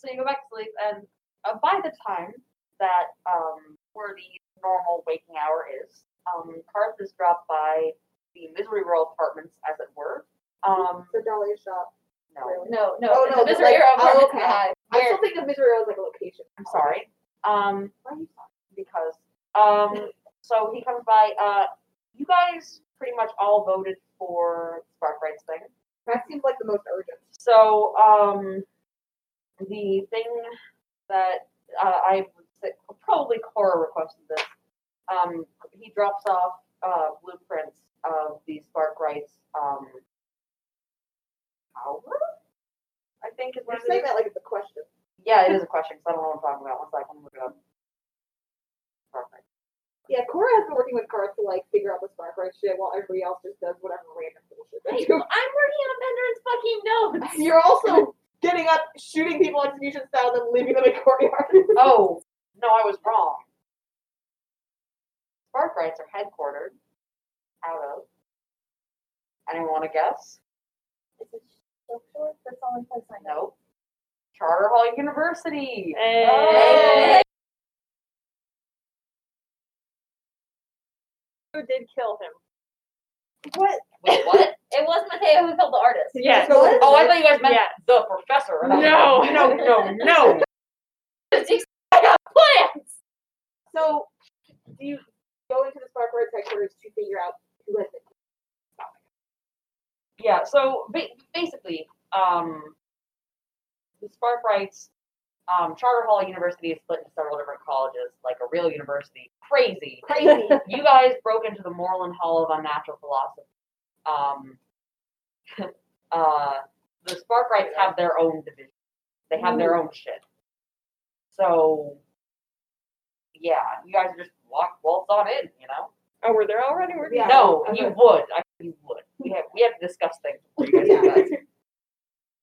So you go back to sleep, and uh, by the time that um, where the normal waking hour is, um, Karth is dropped by the Misery World apartments, as it were. Um,
The Dahlia shop.
no,
No, no,
Oh,
it's
no,
a
but
misery or
like-
a
oh,
worm.
okay.
Uh,
I still think of Misery as like a location.
I'm sorry. Um, because um, so he comes by. Uh, you guys pretty much all voted for Spark Rights thing.
That seems like the most urgent.
So, um, the thing that uh, I would say, probably Cora requested this. Um, he drops off uh, blueprints of the Spark Rights um, power. I think is what
You're
it
saying
is.
that like it's a question.
Yeah, it is a question because I don't know what I'm talking about. One second, I'm looking it up. Perfect.
Yeah, Cora has been working with cards to like figure out the spark right shit while everybody else just does whatever random bullshit they
Wait,
do.
I'm working on Bender's fucking notes.
You're also getting up, shooting people execution style, then leaving them in courtyards.
Oh, no, I was wrong. Spark rights are headquartered out of. Anyone want to guess?
Is it so short? That's the only place I know.
Nope. Charter Hall University. Oh.
Hey. Who did kill him?
What?
Wait, what?
It was Mateo who killed the artist.
Yes.
So it's-
Oh, I thought you guys meant
Yes.
the professor. and I was
No.
like, no, no, no.
I got plans.
So, do you go into the spark rights headquarters to figure out who has it?
Yeah, so ba- basically, um, the Spark Rights, um, Charter Hall University is split into several different colleges, like a real university. Crazy.
Crazy.
you guys broke into the Moreland Hall of Unnatural Philosophy. Um, uh, the Spark Rights have their own division. They have their own shit. So, yeah, you guys just walk waltz on in, you know.
Oh, were there already? Where did
Yeah.
no,
okay.
you would. I, you would. We have we have to discuss things. before you guys do that.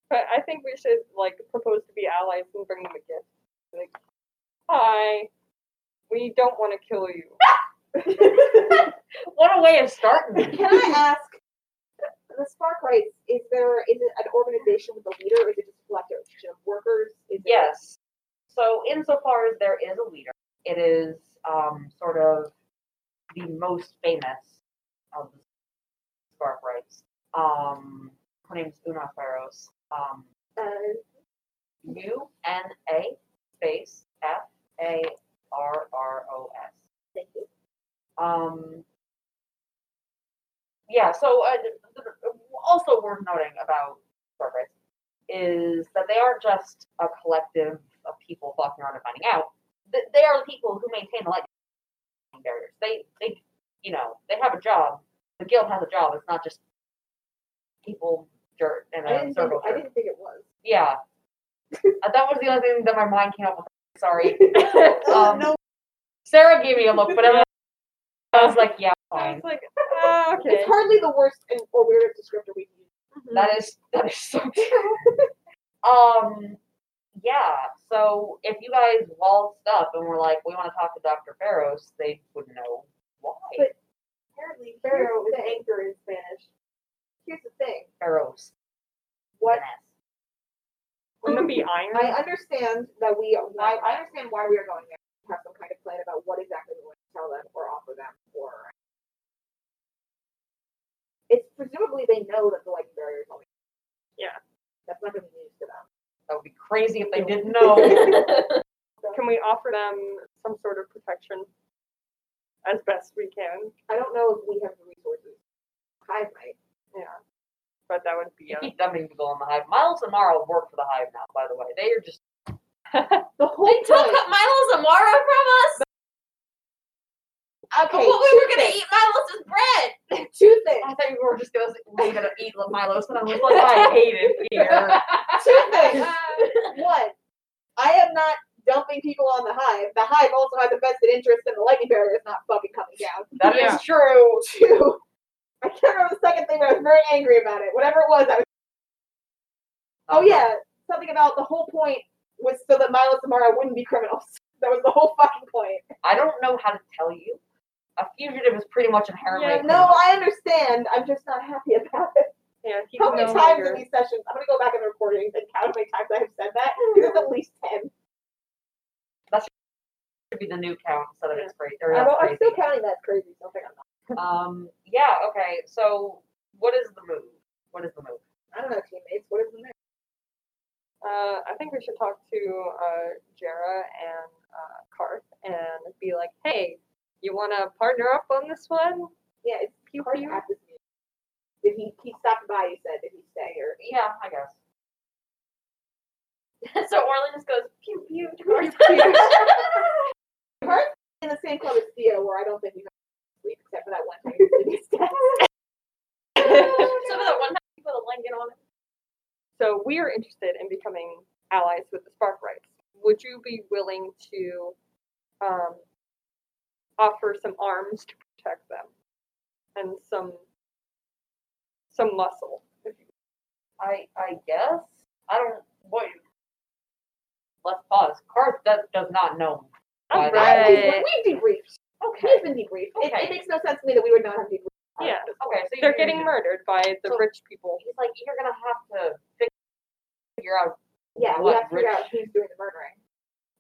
But I think we should like propose to be allies and bring them a gift. Like, hi, we don't want to kill you.
What a way of starting.
Can I ask the spark rights? Is there is it an organization with a leader, or is it just a collective of workers? Is it-
yes. So insofar as there is a leader, it is um, sort of the most famous of the Spark Rights. Um, her name's Una Ferros. Um,
Uh,
U N A space F A R R O S.
thank you.
Um, yeah, so uh, th- th- th- also worth noting about Spark Rights is that they aren't just a collective of people fucking around and finding out. Th- They are the people who maintain the lightning barriers. They, they, you know, they have a job. The guild has a job. It's not just people dirt and
I
a
didn't, think,
circle.
I
jerk.
didn't think it was.
Yeah, Uh, that was the only thing that my mind came up with. Sorry.
Oh,
Um,
no.
Sarah gave me a look, but everyone- I was like, yeah,
I
fine.
was like, ah, okay.
It's hardly the worst and or weirdest descriptor we can use.
That is that is so true. um, yeah. So if you guys waltzed up and were like, we want to talk to Doctor Barrows, they would know why.
But-
Apparently,
Pharaoh is
the
the anchor in Spanish.
Here's the thing.
Barrows.
What?
Wouldn't it be iron?
I understand that we. I, I understand why we are going there. We have some kind of plan about what exactly we want to tell them or offer them, or it's presumably they know that the lightning barrier is only.
Yeah.
That's not going to be news to them.
That would be crazy if they didn't
Oh.
know.
Can we offer them some sort of protection as best we can?
I don't know if we have the resources. Hive might.
But that would be uh, a
Keep dumping people in the hive. Miles and Mara work for the hive now, by the way. They are just
The whole
They took
point-
up Milo's Amaro from us.
Okay.
what we
two
were gonna
things.
eat Milo's bread.
Two things.
I thought you were just gonna we're gonna eat Milos and I was like, I hate it here.
two things. One, I am not dumping people on the hive. The hive also has a vested interest in the lightning barrier is not fucking coming down.
That is
Yeah.
true.
Two, I can't remember the second thing, but I was very angry about it. Whatever it was, I was. Oh yeah, something about the whole point was so that Milo Samara wouldn't be criminals. That was the whole fucking point.
I don't know how to tell you. A fugitive is pretty much inherently. a
Yeah,
No, I understand. I'm just not happy about it.
yeah. He's
How many
no
times
longer-
in these sessions? I'm gonna go back in the recording and count how many times I have said that. Because it's at least ten.
should be the new count instead of it's crazy.
I
Or
don't- I'm
it's
still
crazy.
counting that crazy. So I think I'm not.
Um, yeah, okay. So what is the move? What is the move?
I don't know, teammates. What is the next?
Uh, I think we should talk to uh, Jara and uh, Karth and be like, hey, you want to partner up on this one?
Yeah, it's
Pew,
Card
pew.
at this meeting. Did he he stopped by? You said did he stay or?
Yeah, I guess.
so Orlin just goes pew pew towards
Card's in the same club as Theo, where I don't think he's sleep except for that one time. he did his test.
Some of that one time he put a blanket on it.
So we are interested in becoming allies with the Spark Rights. would you be willing to um, offer some arms to protect them and some some muscle?
I I guess I don't what. Let's pause. Karth does, does not know.
Oh,
All
I- we-
Right.
We've debriefed.
Okay.
We've been debriefed. It,
Okay.
it makes no sense to me that we would not have debriefed.
Yeah,
Okay. So
they're
you-
getting murdered by the
So-
rich people.
He's like, you're gonna have to fig- figure out.
Yeah, we
What,
have to figure
Rich?
out who's doing the murdering.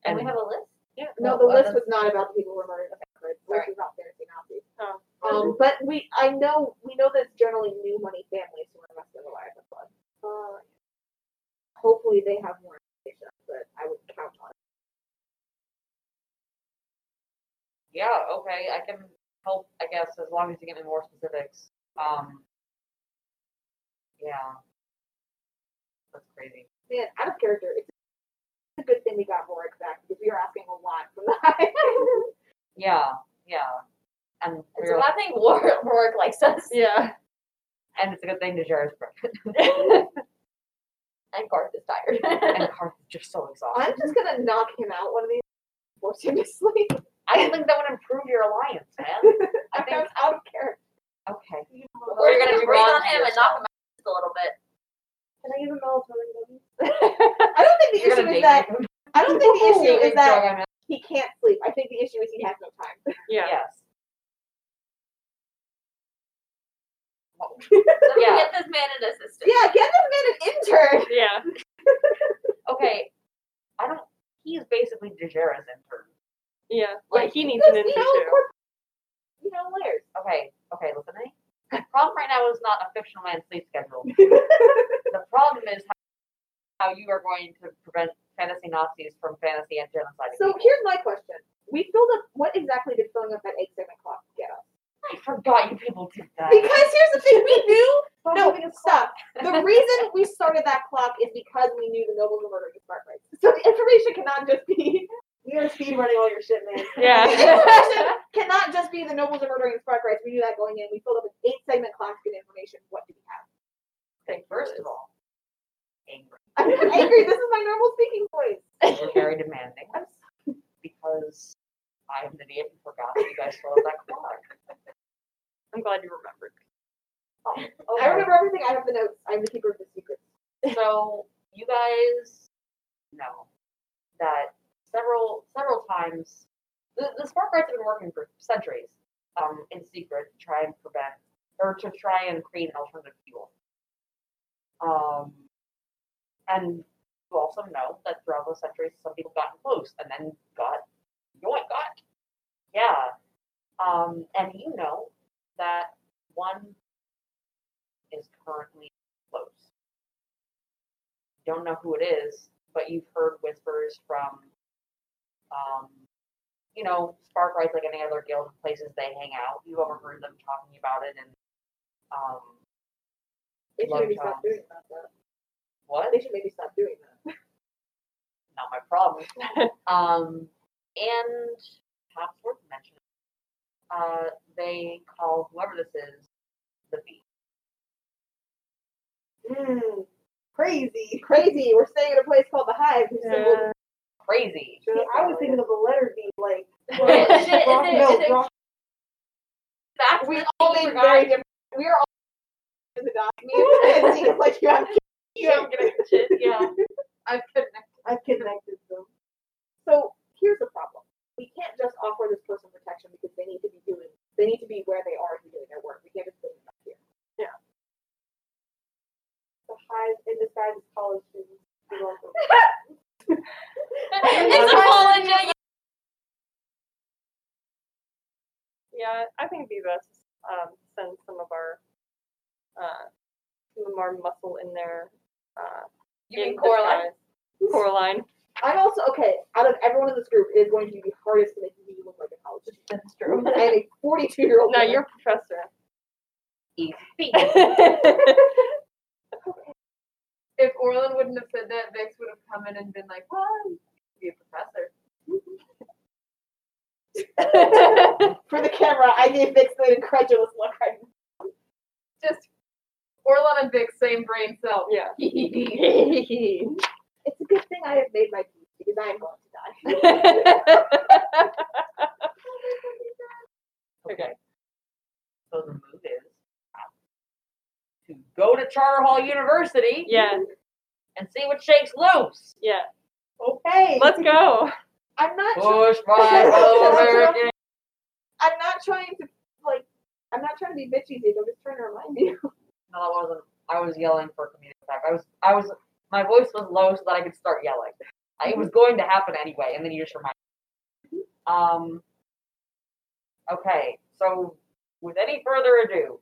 And we have a list.
No, the list was not about the people who were murdered. Okay, good. The
Sorry.
list was about fantasy Nazis.
Oh.
Um, but we, I know, we know that it's generally new money families who are invested in the Leviathan Fund.
Oh.
Uh, hopefully, they have more information, but I would count on it.
Yeah. Okay. I can help. I guess as long as you get me more specifics. Um. Yeah. That's crazy.
Man, out of character, it's a good thing we got Warwick back because we are asking a lot from that.
Yeah. Yeah. And
It's
we're
a
like-
lot thing Warwick Warwick likes us.
Yeah.
and it's a good thing the jar is broken.
And Garth is tired.
and Karth is just so exhausted.
I'm just gonna knock him out one of these, force him to sleep.
I don't think that would improve your alliance, man. I
I
think
was out of character.
okay.
We're
You're
gonna,
gonna do
breathe
wrong
on
to
him and
yourself.
knock him out just a little bit.
Can I give him melatonin gummies?
I don't think the
You're
issue
gonna
is
date
that
him.
I don't think the issue is
Big
that
dog on him.
he can't sleep. I think the issue is he has no time.
Yeah.
Yes.
So we
Yeah.
get this man an assistant.
Yeah, get this man an intern.
Yeah.
Okay. I don't. He's basically Dejera's intern.
Yeah.
Like,
Like he needs
Because,
an intern
you know,
too.
corp- you know, layers.
Okay. Okay. Listen to me. The problem right now is not a fictional man's sleep schedule. the problem is how, how you are going to prevent fantasy Nazis from fantasy and genocide.
So here's my question. We filled up, what exactly did filling up that egg segment cost get us?
I forgot you people did
Uh,
that.
Because here's the thing, we knew,
Stop
no,
having a
stop. The reason we started that clock is because we knew the nobles were murdering the smart rights. So the information cannot just be,
We are speed running all your shit, man.
the
Yeah.
information cannot just be the nobles are murdering the smart rights. We knew that going in. We filled up an eight segment clock to get information. What do we have?
Okay, First of all, angry.
I'm not angry. This is my normal speaking voice.
We're very demanding because I'm an idiot and forgot that you guys filled up that clock.
I'm glad you remembered.
Oh,
I remember everything. I have the notes. I'm the keeper of the secrets.
so you guys know that several several times the, the spark rights have been working for centuries um, in secret to try and prevent or to try and create an alternative fuel. Um, and you also know that throughout those centuries, some people got close and then got yoink got yeah. Um, and you know that one is currently close don't know who it is, but you've heard whispers from, um, you know, Spark Rights, like any other guild, places they hang out. You've overheard them talking about it and, um,
They should
Love
maybe stop
times.
doing about that.
what?
They should maybe stop doing that.
Not my problem. um, and perhaps worth mentioning, uh, they call whoever this is the Beast.
Mm, crazy, crazy. We're staying at a place called the Hive. whose symbol is-
Crazy.
See, I was thinking of the letter B, like
Shit, is it-
rock,
is
milk,
it-
rock.
That's
We
the
all
thing
made
forgot.
very different. We are all in the dock. Me and Nancy, it's like you have. You have
Yeah.
I've connected.
I've connected them.
So here's the problem. We can't just offer this person protection because they need to be doing. They need to be where they are to be doing their work. We can't just put them up here.
The hive in disguise as college students. We love them.
it's a college. yeah,
Yeah, I think it'd be best um, send some of our uh, some of our muscle in there. Uh,
You mean
in
Coraline?
disguise. Coraline.
I'm also okay. Out of everyone in this group, it is going to be the hardest to make me look like a college student.
That's true.
I am a 42 year old.
No, you're a professor.
If Orlin wouldn't have said that, Vix would have come in and been like, "Well, you could be a professor."
for the camera. I gave Vix the incredulous look. I
Just Orlin and Vix, same brain cell.
yeah.
it's a good thing I have made my peace because I am going to
okay.
So the move is uh, to go to Charter Hall University
Yeah.
and see what shakes loose.
Yeah.
Okay.
Let's go.
I'm not. tr-
Push by all American.
I'm not trying to like. I'm not trying to be bitchy, Dave. I'm just trying to remind you.
No, I wasn't. I was yelling for comedic effect. I was. I was. My voice was low so that I could start yelling. I- It was going to happen anyway, and then you just remind. me. Um. Okay. So, with any further ado,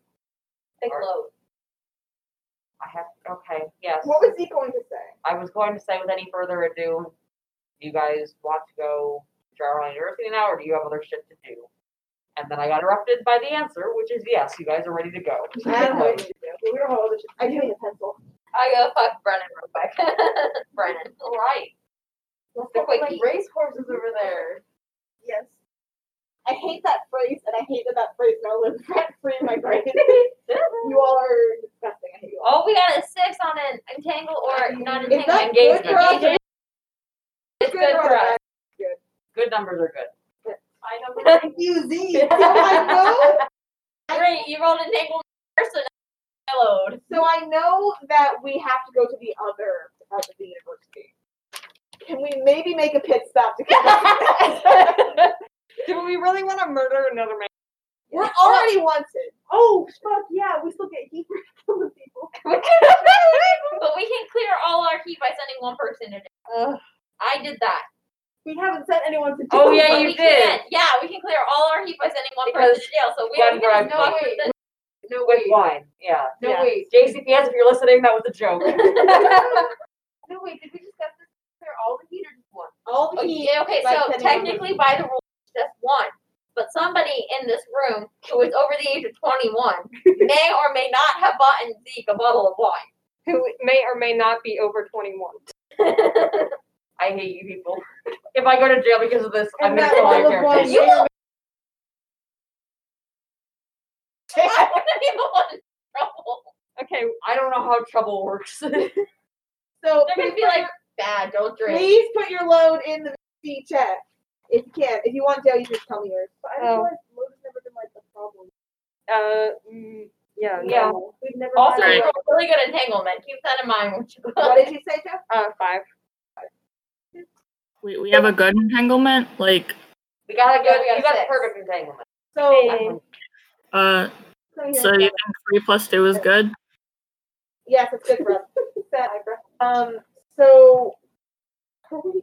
Big
Alright.
load.
I have. Okay. Yes.
What was he going to say?
I was going to say, with any further ado, do you guys want to go to Jarl University now, or do you have other shit to do? And then I got interrupted by the answer, which is yes, you guys are ready to go.
I don't know what to do. We don't have all this. I do need a pencil.
I go fuck Brennan real quick. Brennan.
All right.
Let's
The
go,
quickie.
like,
Race horses over there.
Yes. I hate that phrase, and I hate that that phrase now lives rent free in my brain. you all are disgusting. I hate you
Oh,
all.
we got a six on an entangle or not
Is
entangle.
that
engagement.
good for us or
Engagement. It's good
or
for us.
bad?
Good numbers are good.
I know.
Thank you, Z. So I know.
Great, you rolled an entangle person. Yellowed.
So I know that we have to go to the other part of the university. Can we maybe make a pit stop to get
Do we really want to murder another man?
We're already wanted.
Oh, fuck yeah, we still get heat from the people.
But we can clear all our heat by sending one person in.
Ugh.
I did that.
We haven't sent anyone to jail.
Oh, yeah,
But
you
we
did.
Can. Yeah, we can clear all our heat by sending one person to jail. So we
One
don't get
bribe
no
buck.
person.
No
With
wait.
wine. Yeah.
No
Yeah.
wait.
JCPS, if you're listening, that was a joke.
No wait. Did we discuss this? Clear all the heat or just one?
All the heat.
Oh, Okay, okay
by
so
sending one
technically, by the rules, just one. But somebody in this room who is over the age of 21 may or may not have bought Zeke a bottle of wine.
Who may or may not be over 21.
I hate you people. If I go to jail because of this, I'm
And
gonna
that
kill all your
little boy-
characters.
You will not be the one in trouble.
Okay.
I don't know how trouble works.
So
They're
please
going to be
put
like,
your-
bad, don't drink.
please put your load in the C chat. If you can. If you want jail, you just tell me yours.
But I
Oh.
feel like Lowe's has never been like the problem.
Uh, mm, yeah.
Yeah.
No.
We've never
Also,
Also,
had
you were really good entanglement. Keep that in mind. When you
What did you say, Jeff?
Uh, five.
We, we have a good entanglement. Like,
We got a good,
Yeah, we
you
got
got
six.
a perfect entanglement.
So,
uh, so you think three plus two is good?
yes, it's good for us. Sad eyebrow. Um, so, are we-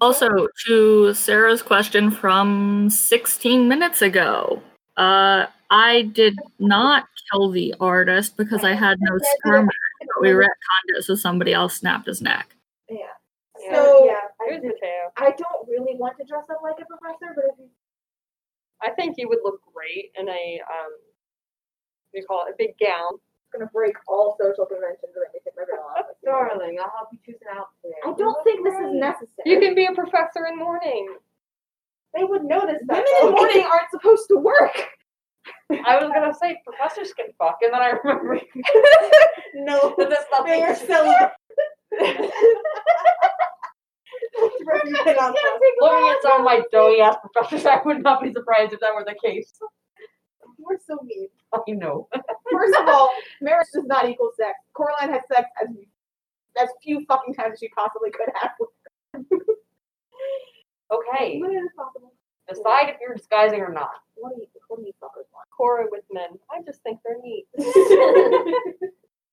Also, to Sarah's question from 16 minutes ago, uh, I did not kill the artist because I had no skirmish. but We retconned it, so somebody else snapped his neck.
Yeah.
Yeah.
So,
yeah, I
Here's
did.
Mateo.
I don't really want to dress up like a professor, but if you
I think you would look great in a um, what do you call it a big gown.
gonna break all social conventions and make it my real life.
Darling, I'll help you choose an outfit.
I don't think this is necessary.
You can be a professor in mourning.
They would notice that.
Women in
though.
mourning aren't supposed to work.
I was gonna say professors can fuck, and then I remember
No,
that that's not
they are
the
celibate. Represent on us.
Looking at some of my doughy ass professors, I would not be surprised if that were the case.
We're so mean.
I know.
First of all, marriage does not equal sex. Coraline had sex as as few fucking times as she possibly could have.
Okay,
What is possible?
decide if you're disguising or not.
What do you what do you fuckers want?
Cora with men. I just think they're neat.
oh,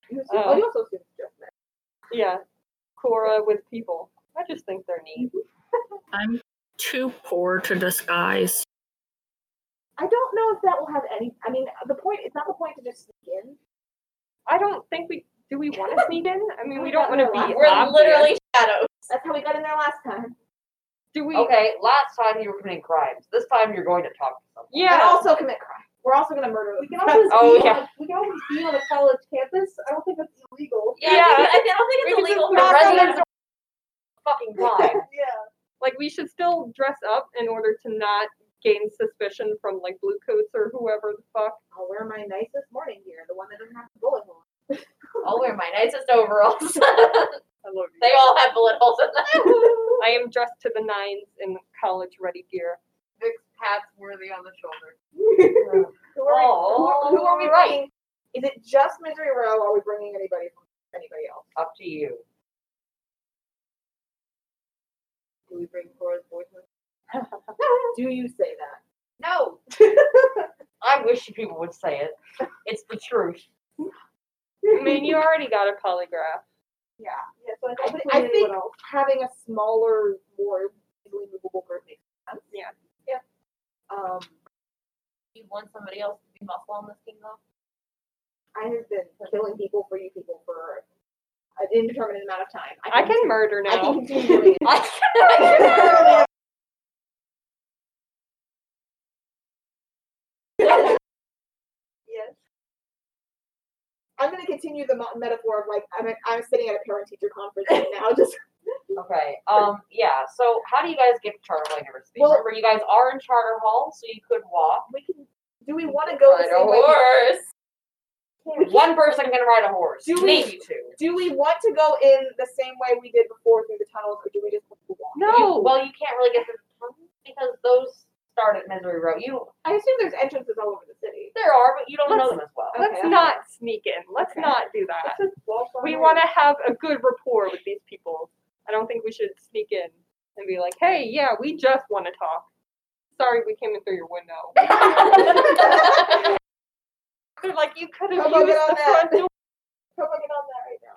You assume,
Oh.
oh, you also assume it's just men.
Yeah. Cora with people. I just think they're neat.
I'm too poor to disguise.
I don't know if that will have any. I mean, the point. It's not the point to just sneak in.
I don't think we do. We want to sneak in. I mean, we don't want to be.
We're
obvious.
literally shadows.
That's how we got in there last time.
Do we?
Okay, last time you were committing crimes. This time you're going to talk to someone.
And
Yeah.
also commit crime. We're also gonna murder.
We can always
Oh,
be
yeah.
on, we can always be on a college campus. I don't think that's illegal.
Yeah, I think- I don't think it's
We can
illegal for
just knock on
residents.
Fucking crime.
Yeah.
Like we should still dress up in order to not gain suspicion from like blue coats or whoever the fuck.
I'll wear my nicest morning gear, the one that doesn't have the bullet hole.
I'll wear my nicest overalls.
I love you.
They all have bullet holes in them.
I am dressed to the nines in college ready gear.
Vic's pat's worthy on the shoulder.
Who are,
Oh.
we, who, who are we bringing? Is it just Misery Row? Or are we bringing anybody from anybody else?
Up to you.
Do we bring Cora's boyfriend?
Do you say that?
No.
I wish you people would say it. It's the truth.
I mean, you already got a polygraph.
Yeah.
Yeah, so I
I,
think,
thi- I think having a smaller, more easily movable group makes sense.
Yeah.
Yeah. Um,
You want somebody else to be muscle on this team though?
I have been killing people for you people for an indeterminate amount of time.
I can murder
I can
now.
continue doing it.
yes.
I'm going to continue the mo- metaphor of like I'm, I'm sitting at a parent teacher conference right now. Just
Okay. Um. Yeah. So, how do you guys get to Charter Hall University?
Well-
Remember, you guys are in Charter Hall, so you could walk.
we can. Do we want to go the
Ride a
same way?
horse.
We can't-
One person can ride a horse.
Do we-
Maybe two.
Do we want to go in the same way we did before through the tunnels, or do we just want to walk?
No. well, you can't really get to the tunnels because those start at Misery Row. You
I assume there's entrances all over the city.
there are, but you don't know them
Let's-
as well.
Okay,
Let's
okay.
not sneak in. Let's not do that. We want to have a good rapport with these people. I don't think we should sneak in and be like, hey, yeah, we just want to talk. Sorry, we came in through your window. They're like, you could have
Come on,
used
get on
the
that."
front door.
Come on, get on that right now.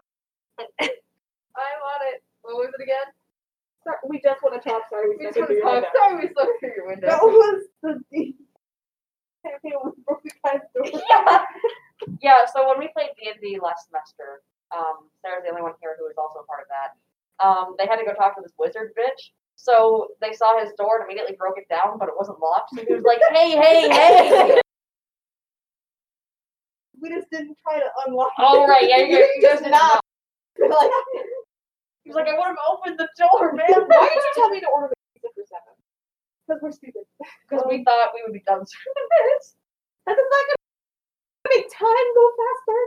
I'm on it. What was it again?
Sorry, we just want to talk. Sorry, we
We
just
just
want to
wanna
talk.
talk. Sorry, we slept through your window.
That was the deep. broke the guy's door.
yeah. yeah, so when we played D&D last semester, um, Sarah's the only one here who was also a part of that. Um, they had to go talk to this wizard bitch. So they saw his door and immediately broke it down, but it wasn't locked. So he was like, hey, hey, hey.
We just didn't try to unlock
oh,
it.
right, yeah, you're,
You
you're
just knocked. like,
He was like, I would have opened the door, man.
Why did you tell me to order the pizza for seven?
because we're stupid.
Because we thought we would be done soon with this.
That's not gonna make time go faster.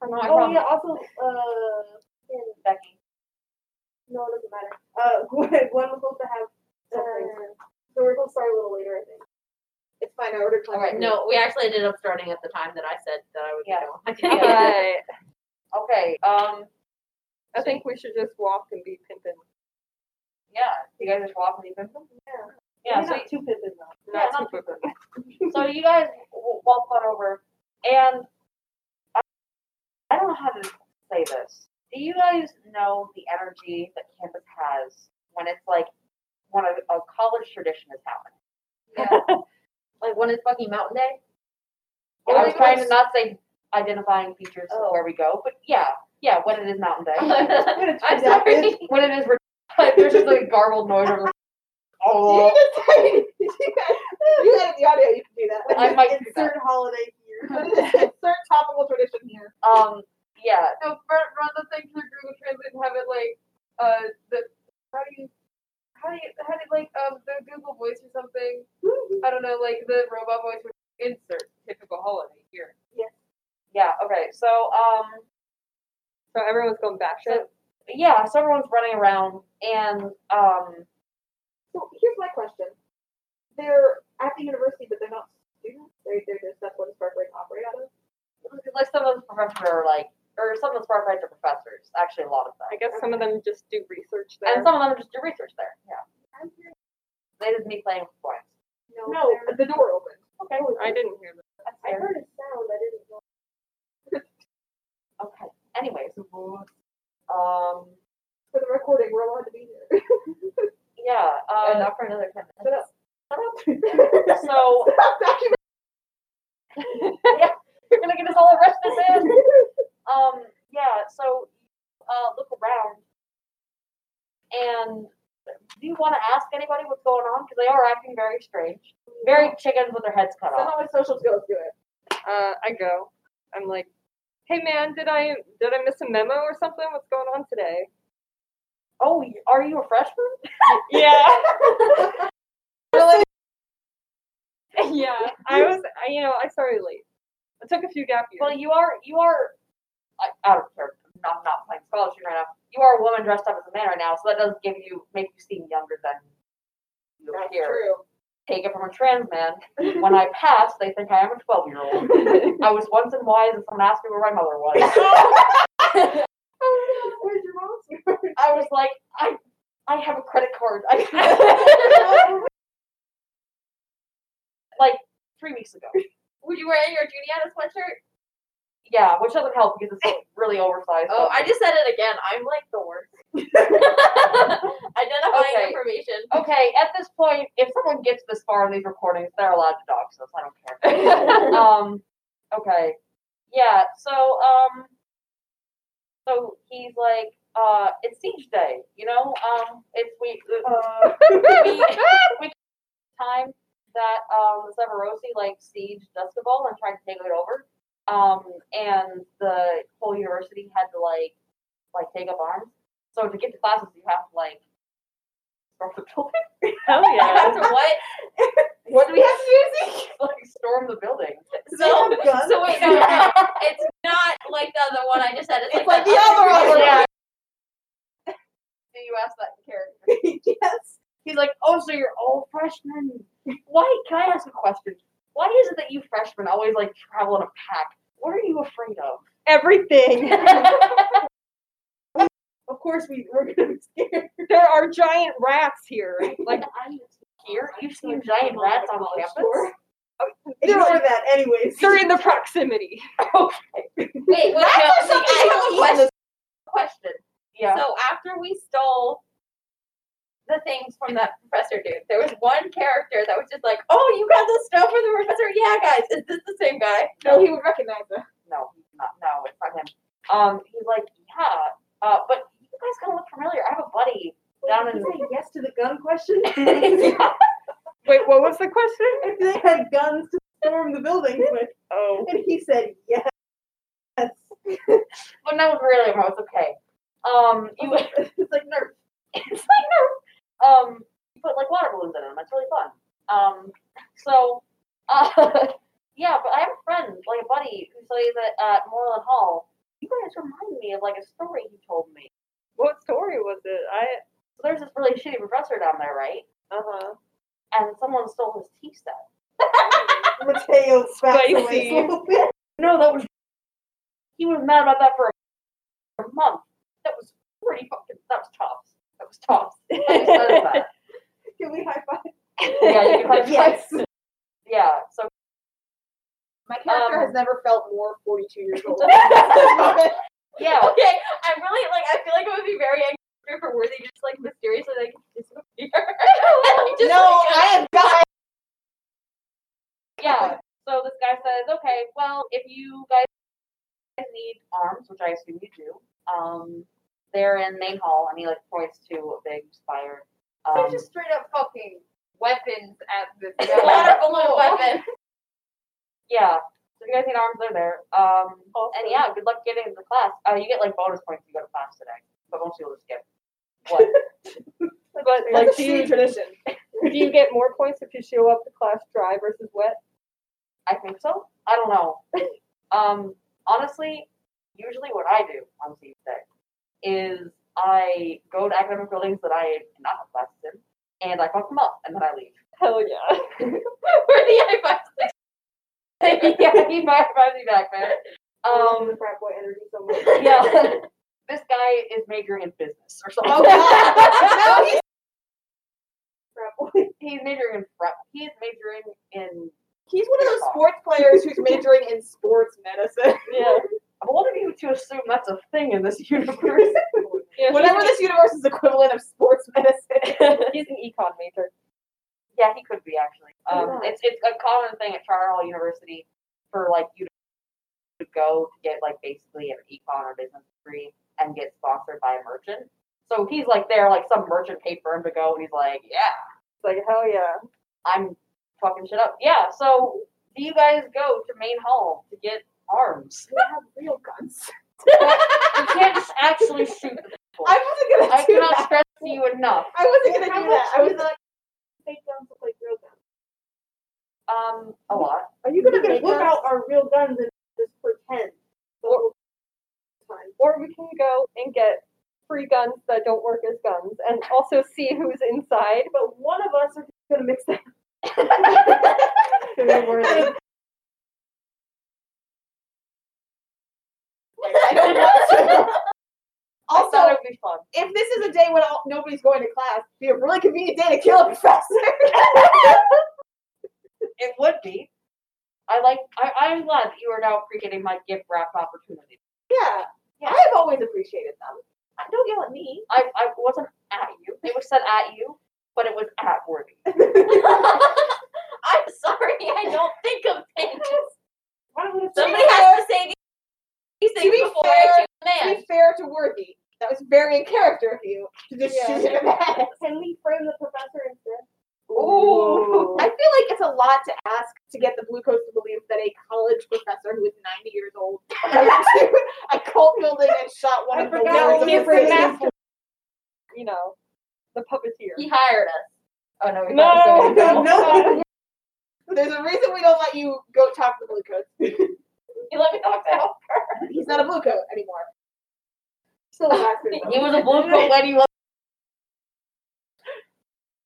I know, I
oh,
promise.
yeah, also, uh, and
Becky.
no, it doesn't matter. Uh, Gwen, Gwen was supposed to have something. so we're going to start a little later, I think.
It's fine. I ordered.
All right,
No, we actually ended up starting at the time that I said that I would
Yeah.
be going.
But
Okay, um,
I think we should just walk and be pimping.
yeah. You guys just walk and leave him? Yeah. Yeah, so
two pippins though.
Yeah,
Not too pimping.
so you guys w- walk on over, and I, I don't know how to say this. Do you guys know the energy that campus has when it's like when a, a college tradition is happening?
Like when is fucking Mountain Day?
I was trying to not say identifying features
Oh.
of where we go, but yeah, yeah, when it is Mountain Day,
I'm sorry.
when it is re- like, there's just like a garbled noise. Over the, oh,
you said in the audio you can do that.
I might do that.
Insert holiday here.
Insert topical tradition here.
Um, yeah,
No, run, run the thing through Google Translate and have it like uh the how do you how do you how do you, like um the Google voice or something?
Mm-hmm.
I don't know, like the robot voice would insert typical holiday here.
yeah. Okay, so um,
So everyone's going back.
So- yeah, so everyone's running around, and um,
So here's my question: They're at the university, but they're not students. They're they're just that's what a spark break operate out of.
like some of those professors are like, or some of the spark rights are professors. Actually, a lot of
I
them,
guess some of them just do research there.
and some of them just do research there. Yeah, they just me playing with coins.
No,
No,
they're-
the door opened.
Okay,
I didn't hear that.
I heard a sound. I didn't know.
okay. Anyways, um,
For the recording, we're allowed to be here.
yeah, uh,
Enough for another ten
Shut
minutes.
up. Shut up.
so
Document-
you're gonna get us all arrested, man. um, yeah. So, uh, look around, and do you want to ask anybody what's going on? Because they are acting very strange, very chickens with their heads cut off.
Somehow my social skills do it.
Uh, I go. I'm like, hey man, did I did I miss a memo or something? What's going on today?
Oh, y- are you a freshman?
Yeah. yeah. I was. I, you know, I started late. I took a few gap years.
Well, you are. You are. I, I don't care. I'm not playing scholarship right now. you are a woman dressed up as a man right now, so that does give you make you seem younger than you
That's
appear.
true.
Take it from a trans man. When I pass, they think I am a twelve year old. I was once in Wise, and someone asked me where my mother was.
Oh no, where's your mom's?
I was like, I I have a credit card. I- like three weeks ago.
Were you wearing your Juliana sweatshirt?
Yeah, which doesn't help because it's really oversized.
Oh,
but-
I just said it again. I'm like the worst. Identifying
Okay.
information.
Okay, at this point, if someone gets this far in these recordings, they're allowed to dox us. I don't care. um, okay, yeah. So, um, so he's like, uh, it's siege day, you know. Um, it's we, uh, we, we time that um the Severosi like siege Duskable and tried to take it over. Um, and the whole university had to like like take up arms. So to get to classes, you have to like storm the building.
Hell yeah.
After what?
What do we have to do? like storm the building.
So,
guns?
so wait, no, no, it's not like the other one I just said. It's,
It's
like
like the other one.
Yeah.
Do you ask that character?
yes.
He's like, oh, so you're all freshmen. Why? Can I ask a question? Why is it that you freshmen always like travel in a pack? What are you afraid of?
Everything.
Of course we we're gonna be scared.
There are giant rats here. Like,
Here, you've seen giant rats on campus.
Ignore that, anyways.
they're in the proximity.
Wait, wait, no,
That's
wait,
something
I have a
you have
question.
eaten
question.
Yeah.
So after we stole the things from that professor dude, there was one character that was just like, "Oh, you got the stuff for the professor? Yeah, guys, is this the same guy?"
No, he would recognize us.
no, he's not. No, it's not him. Um, he's like, yeah, uh, but you guys kind of look familiar. I have a buddy down
Did
in.
you say yes to the gun question?
Wait, what was the question?
if they had guns to storm the building with,
Oh.
and he said yes.
but no, really, no, it's okay. Um, you,
It's like nerf.
it's like no. Um, you put like water balloons in them. It's really fun. Um, so, uh, yeah, but I have a friend, like a buddy, who studies at uh, Moreland Hall. You guys remind me of like a story he told me.
What story was it? I.
So there's this really shitty professor down there, right?
Uh huh.
And someone stole his tea set.
Mateo backs away
Spicy.
a little bit.
No, that was. He was mad about that for a month. That was pretty fucking. That was tough. That was tough.
Can we high five?
yeah, you can high five.
Yes.
Yeah, so
My character
Um,
has never felt more 42 years old.
yeah,
Okay, I'm really like, I feel like it would be very angry for Worthy to just like mysteriously like disappear. Like, just,
no,
like,
I am not.
yeah. So this guy says, okay, well, if you guys need arms, which I assume you do, um, they're in main hall, and he like points to a big spire.
They're
Um,
just straight up fucking weapons at this.
it's a water balloon weapon.
yeah. So if you guys need arms, they're there. Um, and yeah, good luck getting into class. Uh, you get like bonus points if you go to class today, but mostly you'll just skip. What?
But like,
That's
do
a
you,
shitty tradition.
do you get more points if you show up to class dry versus wet?
I think so. I don't know. Um, honestly, usually what I do on Tuesday is I go to academic buildings that I do not have classes in, and I fuck them up, and then I leave.
Hell yeah.
Worthy high five.
yeah, he might have me back, man. Um,
the frat boy energy so much.
yeah. this guy is majoring in business or something.
Oh God! No, he's frat boy.
He's majoring in prep. He is majoring in.
He's one of those sports players who's majoring in sports medicine.
Yeah.
What are you to assume that's a thing in this universe?
yeah
Whatever this universe's equivalent of sports medicine.
He's an econ major.
Yeah, he could be actually. Um,
Yeah.
it's it's a common thing at Charter Hall University for like you to go to get like basically an econ or business degree and get sponsored by a merchant. So he's like there, like some merchant paid for him to go, and he's like, yeah,
It's like, hell yeah.
I'm fucking shit up. Yeah. So do you guys go to main hall to get arms?
they have real guns.
You can't just actually shoot. the people.
I wasn't gonna
I
do
cannot
that.
stress to you enough.
I wasn't gonna do that. I was like,
Fake guns look like real guns.
Um, a lot.
are you gonna
We're
get
gonna whip
look
out
out?
our real guns and just pretend. the whole time.
Or we can go and get free guns that don't work as guns and also see who's inside.
But one of us are gonna mix that.
I don't want to.
Also, that
Also,
would be fun.
if this is a day when all, nobody's going to class, it'd be a really convenient day to kill a professor.
It would be. I like. I, I'm glad that you are now appreciating my gift wrap opportunity.
yeah. I have always appreciated them. Uh, Don't yell at me.
I, I wasn't at you. It was said at you, but it was at worthy.
I'm sorry, I don't think of things. Somebody has to say these- these
To
things
be
before
fair-
I
To
choose
be fair to Worthy, that was very in character of you to just
Yeah.
shoot him at.
Can we frame the professor instead?
Ooh. I feel like it's a lot to ask to get the Blue Coats to believe that a college professor who is 90 years old went to a cult building and shot one
I
of the
forgot
leaders
we
of the
need some
Freedom
math.
You know, the puppeteer.
a man. He hired us. Oh no, we
No,
don't.
No, no. There's a reason we don't let you go talk to the blue coat.
You let me talk to him.
He's not a blue coat anymore.
Still laughing.
He was a blue coat when he was.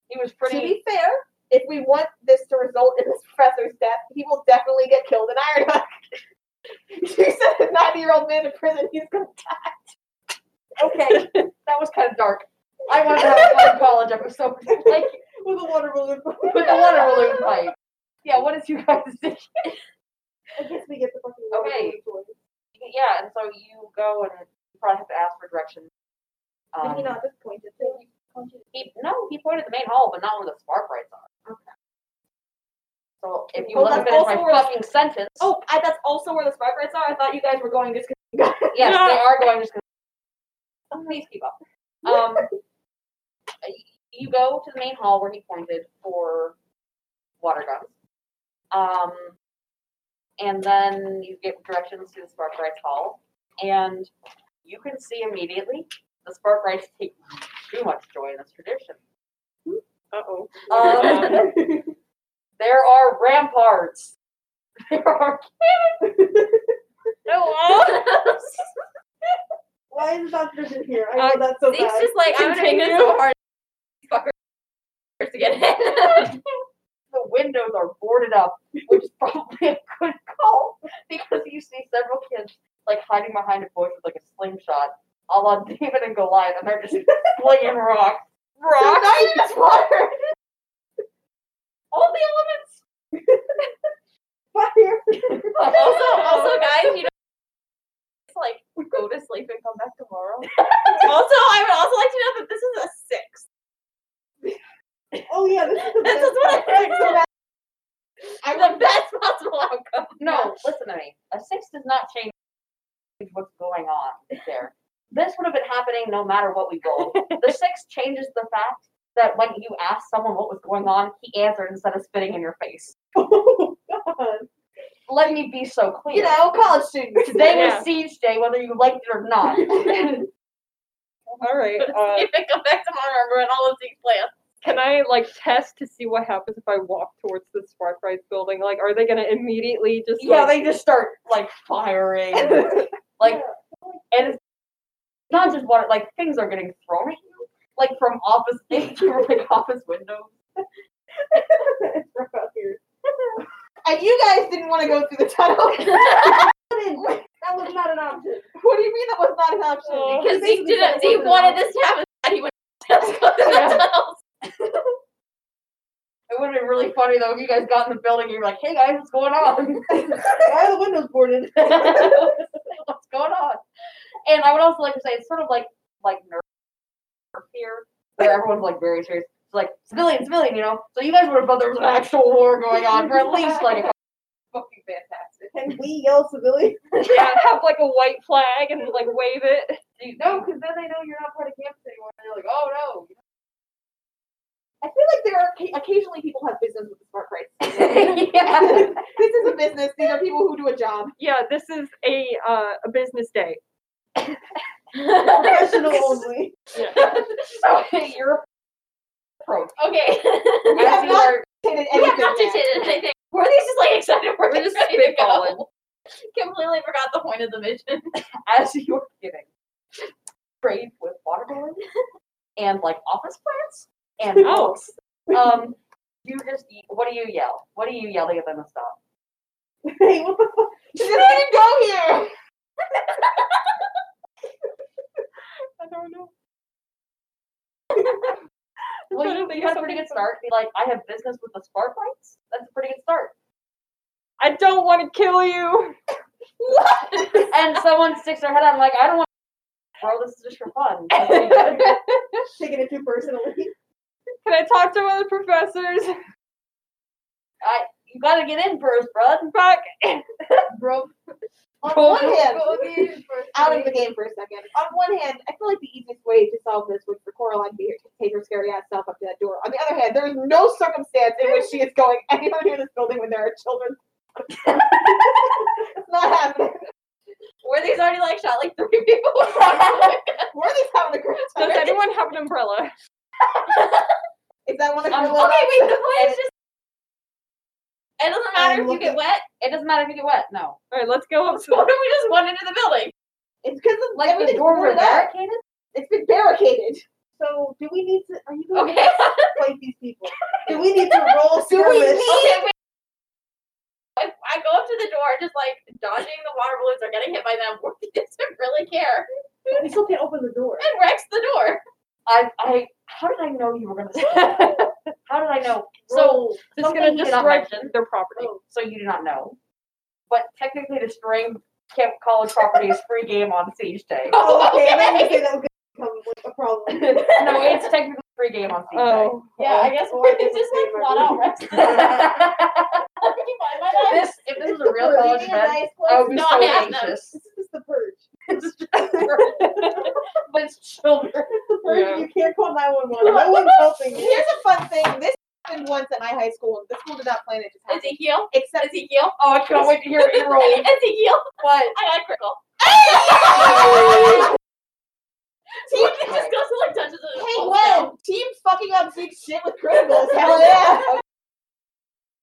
He was
To
pretty.
be fair, if we want this to result in this professor's death, he will definitely get killed in Ireland. you said a 90 year old man in prison, he's gonna
Okay, that was kind of dark. I wanted to have a fun college episode. Like
with a water balloon.
with the water balloon fight. Yeah, what is you guys think?
I guess we get the fucking
Okay. Yeah, and so you go and you probably have to ask for directions. Um,
Maybe not this point. It's
Um,
He no, he pointed the main hall, but not where the spark lights are.
Okay.
So if you
Well,
let
that's
me finish
also
my
where-
fucking sentence,
Oh, I, that's also where the spark lights are. I thought you guys were going just
yes, they are going just. Gonna... Please keep up. Um, you go to the main hall where he pointed for water guns. Um, and then you get directions to the spark lights hall, and you can see immediately the spark lights take too much joy in this tradition.
Uh oh.
Um, there are ramparts. There are
Why is the doctor's in here? I
Uh,
know that's so
Zeke's
bad.
just like, I'm gonna make this
Continue.
so hard fuckers to get in.
the windows are boarded up, which is probably a good call because you see several kids like hiding behind a bush with like a slingshot, a la David and Goliath, and they're just slinging rocks. Rocks. water. All the
Fire.
elements.
also, also, guys, you know, just like go to sleep and come back tomorrow. also, I would also like to know that this is a six.
Oh yeah, this is the
This
best.
is what I
It's so bad.
I the best possible outcome.
No, listen to me. A six does not change what's going on there. This would have been happening no matter what we rolled. The six changes the fact that when you asked someone what was going on, he answered instead of spitting in your face. Oh Let me be so clear.
you know college students.
Today
Yeah.
was siege day, whether you liked it or not.
All right. Uh,
if I come back tomorrow, and ruin all of these plans.
Can I like test to see what happens if I walk towards the Spark Rights building? Like, are they gonna immediately just
yeah,
like,
they just start like firing. like, and it's not just water. Like things are getting thrown at you, like from office, from like office windows.
It's rough out here.
and you guys didn't want to go through the tunnel.
That was not an option. Uh,
what do you mean that was not an option?
Because Zeke didn't. Zeke wanted this to happen. And he went to the tunnels.
It would have been really funny though if you guys got in the building and you're like, hey guys, what's going on?
Why are the windows boarded?
what's going on? And I would also like to say it's sort of like like nerve here, where everyone's like very serious. It's like civilian, civilian, you know. So you guys would have thought there was an actual war going on for at least like a
Fucking fantastic. Can we yell civilian?
yeah, have like a white flag and like wave it?
No, because then they know you're not part of campus anymore. And they're like, oh no.
I feel like there are occa- occasionally people have business with the smart price.
yeah.
this is a business. These are people who do a job.
Yeah, this is a uh, a business day.
Professional only.
So you're approach.
Okay.
We have
you
not
are-
dictated
we have
anything
not
yet.
dictated anything. We're just like excited. We're,
We're just
ready to
spitballing.
go. Completely forgot the point of the mission.
as you're giving trade with watermelon and like office plants and
Oh.
books. Um, you just what do you yell? What are you yelling at them to stop?
Hey, what the fuck? Just let him go here.
I don't know.
Well, you, you had a pretty good start. Be like, I have business with the spark lights. That's a pretty good start.
I don't want to kill you.
and someone sticks their head out. I'm like, I don't want. Bro, this is just for fun. That's pretty good.
Taking it too personally.
Can I talk to one of the professors?
you gotta get in first, bud.
Fuck.
Bro,
On one hand,
go again for
out of the
three.
game for a second. On one hand, I feel like the easiest way to solve this would for Coraline to be to take her scary ass self up to that door. On the other hand, there is no circumstance in which she is going anywhere near this building when there are children. it's not happening.
Worthy's already like shot like three people.
We're just having a great
Does
time.
anyone have an umbrella?
Is that one of
Um,
your
okay,
little-
wait, the point is just. It doesn't matter
I'm
if you get
looking-
wet.
it doesn't matter if you get wet. No,
All right, let's go up.
So what if we just went into the building?
It's because
like the
everything's
door was
boarded up.
barricaded.
It's been barricaded. So do we need to? Are you going
Okay.
to fight these people? Do we need to roll?
Do we
skirmish?
Okay, wait. If I go up to the door, just like dodging the water balloons or getting hit by them, Worthy doesn't really care
We still can't open the door.
and wrecks the door.
I, I, how did I know you were gonna? Say that? how did I know? So,
So
It's
something
gonna
you did not
destroy
mention.
their property.
so you do not know, but technically, destroying camp college property is free game on siege day.
oh, okay. I didn't say that was gonna become like, a problem.
No, it's technically free game on siege
Oh,
Yeah, I guess Worthy just like flat out wrecks the door. You mind my life?
this, if this was a real
We're
college
leaving a
event,
nice place.
Oh, I would be
No,
so
I have them.
anxious.
This is the purge.
It's just but it's children.
The purge.
Yeah.
You can't call nine one one.
No
No
one's
one
helping. Here's a fun thing. This happened once at my high school, and the school did not plan it to happen.
Ezekiel?
Except
Ezekiel?
Oh, I can't wait to hear what you roll.
Ezekiel?
What?
I got a critical.
team,
It just goes to like Dungeons and
hey,
Dragons.
well, team fucking up big shit with criticals. Hell yeah!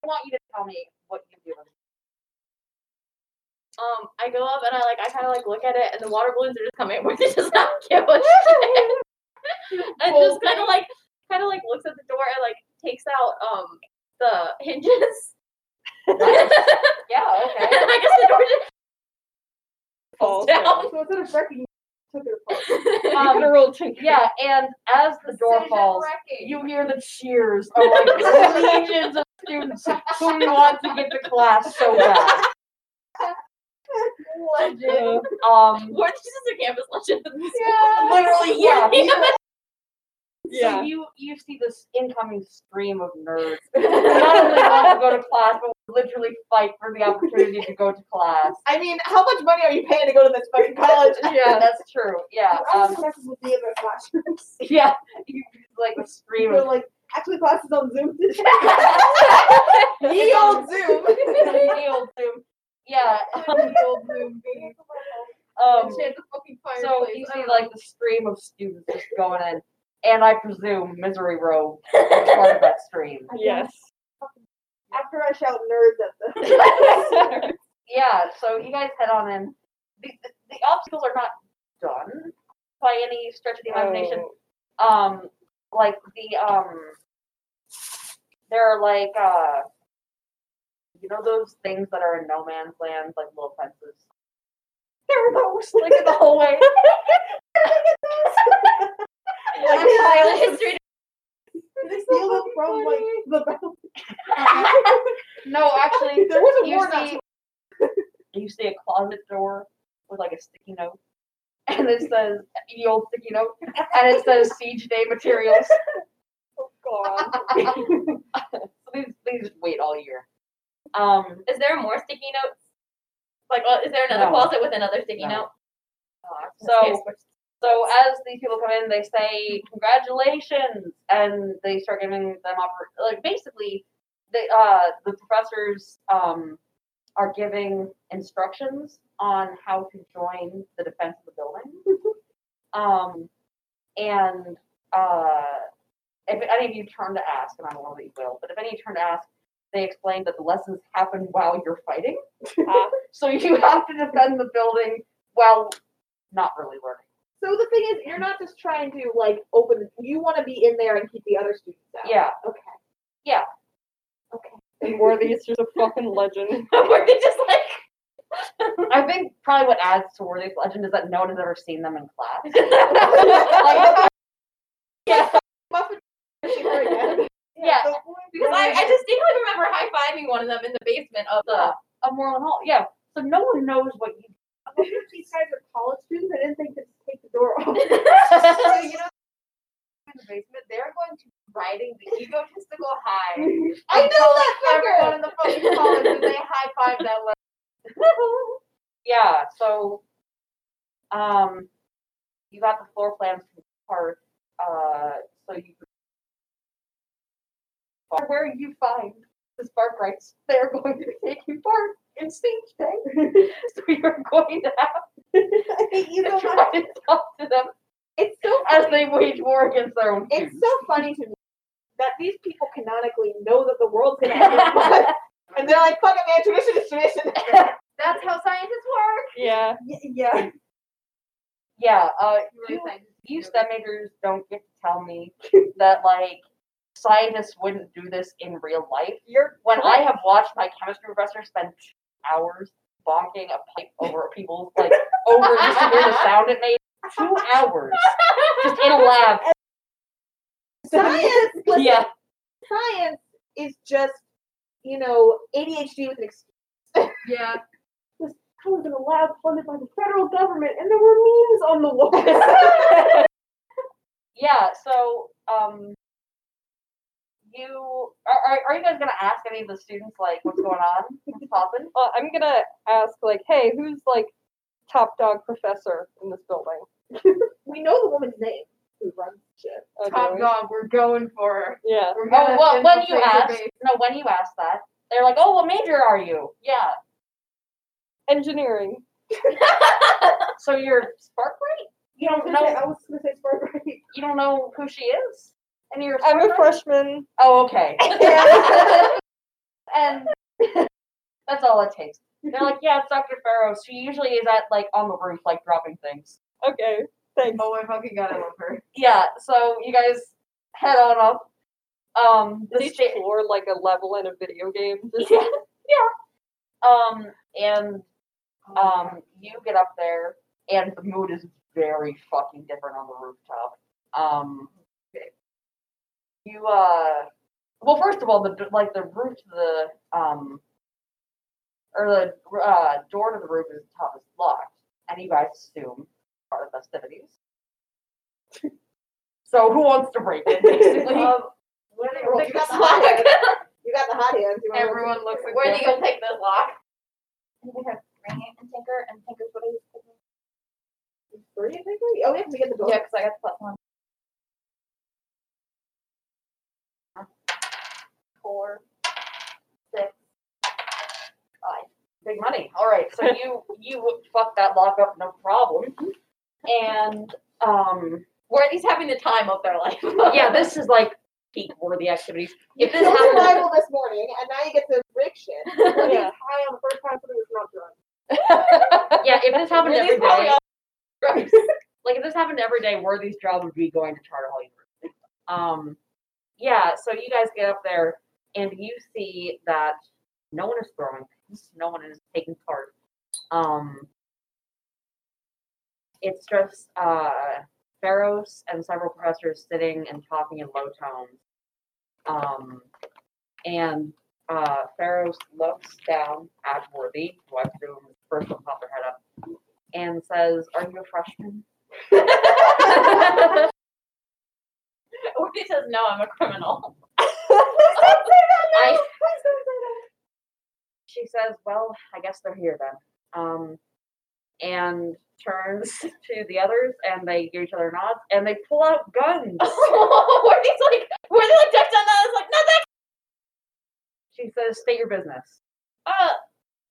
I want you to tell me what you do.
Um, I go up and I like I kind of like look at it and the water balloons are just coming. We just not give a shit. and just kind of like kind of like looks at the door and like takes out um the hinges.
Yeah, okay.
and I guess the door just
false.
down.
So instead of wrecking, you took it apart.
You
Um,
could have rolled two.
Um, Yeah, and as the door
Precision
falls,
wrecking.
you hear the cheers of like legions of students who want to get to class so bad.
Uh,
Um,
Or this is a campus legend.
literally, yeah.
yeah.
So you you see this incoming stream of nerds who not only want to go to class, but literally fight for the opportunity to go to class.
I mean, how much money are you paying to go to this fucking college?
Yeah, that's true. Yeah,
I'm
um,
just classes with the other classrooms.
yeah. You like a stream
They're
of
like, actually, classes on Zoom. today.
Ye old Zoom.
Ye old Zoom. Yeah.
The old Zoom meeting.
Um,
And she had the fucking fireplace.
so you
I
see
don't know.
like the stream of students just going in, and I presume Misery Row is part of that stream.
Yes.
After I shout nerds at them.
Yeah. So you guys head on in. The, the, the obstacles are not done by any stretch of the imagination.
Oh.
um like the um there are like uh you know those things that are in no man's land like little fences there are those like in the hallway
like
Kyle.
history.
They steal them from like the battle.
no actually
There was a
you
war not
see you see a closet door with like a sticky note and it says the old sticky note and it says siege day materials
God.
they, they just wait all year um
Is there more sticky notes? Like, well, is there another
No.
closet with another sticky
No.
note?
so So as these people come in, they say congratulations, and they start giving them oppor- like basically, the uh the professors um are giving instructions on how to join the defense of the building. um, and uh, if any of you turn to ask, and I don't know that you will, but if any of you turn to ask, they explain that the lessons happen while you're fighting,
Ah.
so you have to defend the building while not really learning.
So the thing is, you're not just trying to like open. You want to be in there and keep the other students out.
Yeah.
Okay.
Yeah.
Okay.
And Worthy is just a fucking legend.
Where they just like. I think probably what adds to Worthy's legend is that no one has ever seen them in class. Like,
Muffin. she heard again.
Yeah.
the boy-
Because I, I distinctly remember high fiving one of them in the basement of the.
of Moreland Hall. Yeah. So no one knows what you.
I wonder if these guys are college students. I didn't think to take the door off.
So, you know, in the basement, they're going to be riding the egotistical high.
I know that
Everyone
figure.
in the fucking college, and they high five that like
yeah. So, um, you got the floor plans from part. Uh, so you. Where you find the spark rights, they're going to be taking part in stage day. so you're going to have
I hate you so
to
much.
try and talk to them
It's so
as they wage war against their own.
it's
students.
so funny to me that these people canonically know that the world's gonna end, and they're like, "Fuck it, man, tradition is tradition."
That's how scientists work.
yeah.
Y- yeah.
yeah. Uh,
really
you-
scientific.
you STEM majors don't get to tell me that like scientists wouldn't do this in real life.
You're
When I have watched my chemistry professor spend two hours bonking a pipe over people's like over just to hear the sound it made. Two hours just in a lab.
Science. listen,
Yeah,
Science is just, you know, ADHD with an excuse.
Yeah.
I was in a lab funded by the federal government, and there were memes on the walls.
yeah. So um, you are, are are you guys gonna ask any of the students like what's going on, what's poppin'?
Well, I'm gonna ask like, hey, who's like top dog professor in this building?
we know the woman's name who runs shit.
Oh, do
Top
we?
dog, we're going for her.
Yeah.
We're
Oh
gonna
well, when you
infiltrate her
ask,
base.
no, when you ask that, they're like, "Oh, what major are you?" Yeah.
Engineering.
So you're spark right? You don't
No,
know.
I was gonna say Spark Right.
You don't know who she is, and you're.
I'm a
Spark Right?
freshman.
Oh, okay. and that's all it takes. They're like, "Yeah, it's Dr. Farrow. She usually is at like on the roof, like dropping things."
Okay. Thanks.
Oh my fucking god, I love her.
Yeah. So you guys head on up. Um, the
Is each
sta-
floor like a level in a video game? Just-
Yeah. um, and Um, you get up there, and the mood is very fucking different on the rooftop. Um, you uh, well, first of all, the like the roof to the um, or the uh, door to the roof is top is locked, and you guys assume part of festivities. so who wants to break it? Basically,
Um,
Literally,
well, you got the hot hand. You got the hot hand. You wanna-
Everyone looks like
Where are
they're
they gonna take this lock?
And we have Ring and Tinker, and Tinker's what is
Three, I think. we- Oh, we have to get the book.
Yeah, because I got the plus one. Four.
big money. All right, so you you fuck that lock up, no problem, and um.
Worthy's having the time of their life.
yeah, this is like peak worthy activities. If this
No
happens,
survival this morning, and now you get to break shit.
Yeah.
High on the first time somebody was not drunk.
yeah, if this happened
Worthy's
every
probably
day,
all-
like if this happened every day, Worthy's job would be going to Charter Hall University. Um, yeah, so you guys get up there and you see that no one is throwing things, no one is taking part. Um, it's just uh, Pharos and several professors sitting and talking in low tones. Um, and uh, Pharaoh looks down at Worthy, who I presume is the first one to pop their head up, and says, Are you a freshman?
Worthy says, no, I'm a criminal.
I- she says, Well, I guess they're here then. Um, and turns to the others, and they give each other nods, and they pull out guns.
Worthy's like, Worthy like ducks down that. It's like, no, that's
She says, State your business.
uh,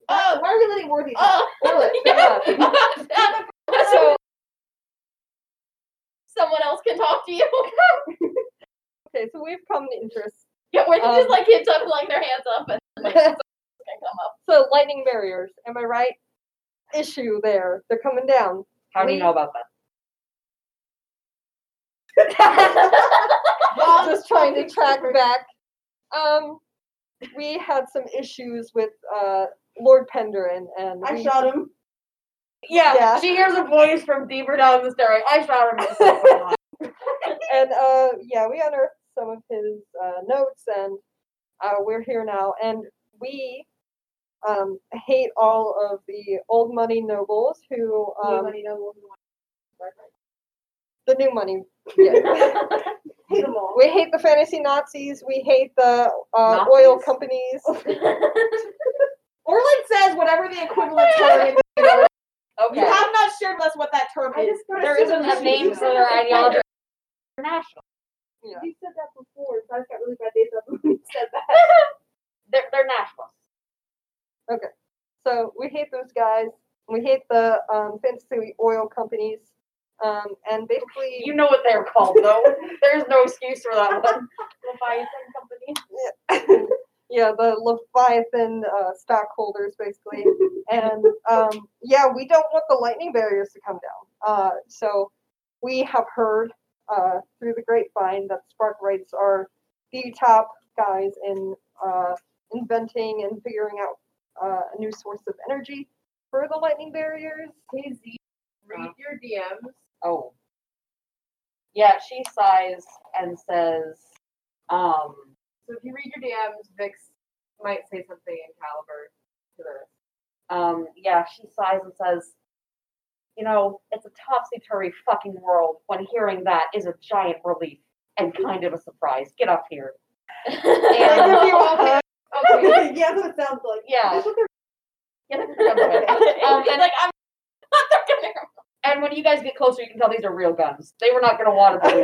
Oh, why are we letting Worthy talk?
uh.
Really?
Yeah. uh, so, someone else can talk to you.
Okay, so we've come to interest.
yeah, where they
Um,
just like kids up, like their hands up, and like someone else can come up.
So lightning barriers, am I right? Issue there. They're coming down.
How do you
We-
know about that?
I'm just trying to track back. Um, we had some issues with uh, Lord Penderin, and
I
we-
shot him.
Yeah,
Yeah.
she hears a voice from deeper down the stairway. I shot him. in the stomach."
and uh, yeah, we unearthed some of his uh, notes, and uh, we're here now. And we um, hate all of the old money nobles who um,
Anybody know what we want?
the new money. yeah.
Hate them all.
we hate the fantasy Nazis. We hate the uh,
Nazis?
oil companies.
Orland says whatever the equivalent term is.
okay.
You have not shared with us what that term
I
is.
just gotta
there
see
isn't
what
a
she
name
said.
for their ideology.
International.
Yeah.
You said that before, so I just got really bad days up when you said that.
They're, they're nationalists.
So we hate those guys. We hate the um, fantasy oil companies. Um, and basically,
You know what they're called, though. There's no excuse for that one.
Leviathan Company.
yeah, the Leviathan uh, stockholders, basically. and um, yeah, we don't want the lightning barriers to come down. Uh, so we have heard uh, through the grapevine that spark rights are the top guys in uh, inventing and figuring out uh, a new source of energy for the lightning barriers.
Hey Z, read your DMs.
Oh. Yeah, she sighs and says, um,
So if you read your DMs, Vix might say something in caliber to the
um, yeah, she sighs and says, you know, it's a topsy turvy fucking world when hearing that is a giant relief and kind of a surprise. Get up here.
Like,
And,
if you all can-
Okay.
yeah, that's what it sounds like.
yeah. Get up here. Um, and, and when you guys get closer, you can tell these are real guns. They were not going to water them.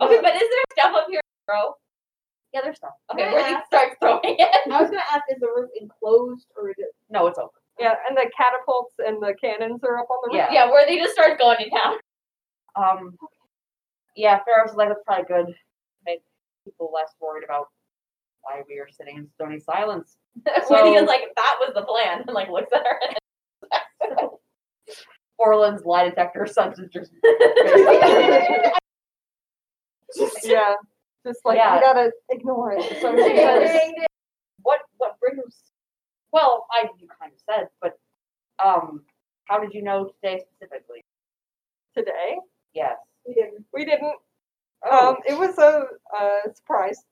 Okay, but is there stuff up here, bro?
yeah, there's some. Okay,
Yeah.
where you start throwing it?
I was gonna ask, is the roof enclosed or is it?
No, it's open.
Yeah, and the catapults and the cannons are up on the roof.
Yeah.
Yeah, where they just start going in town.
Um, yeah, Pharaoh's like, that's probably good. Make people less worried about why we are sitting in stony silence. So-
Wendy is like, that was the plan, and like looks at her.
Orland's lie detector sense is just.
Yeah. Just like,
Yeah.
you gotta ignore it. So she says,
Because what what brings? Well, I you kind of said, but um, how did you know today specifically?
today.
Yes.
We didn't.
We didn't.
Oh.
Um, it was a uh, surprise,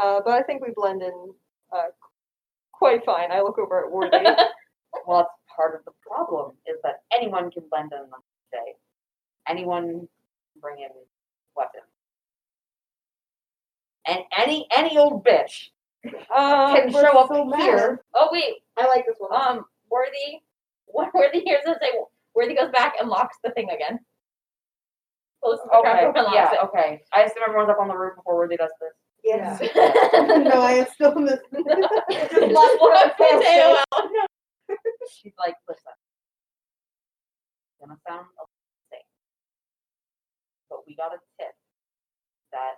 uh, but I think we blend in uh, quite fine. I look over at Wardy.
Well, that's part of the problem is that anyone can blend in on today. Anyone can bring in weapons. And any any old bitch
Um,
can
we're
show up
so mad.
here.
oh wait,
I like this one.
um, Worthy, what Worthy hears us say, Worthy goes back and locks the thing again. Closes the trap
Okay,
door and locks
yeah,
it.
okay. I assume everyone's up on the roof before Worthy does this.
yes.
Just
no, I am still in this.
walks in, AOL.
She's like, listen, it's gonna sound a little insane, but we got a tip that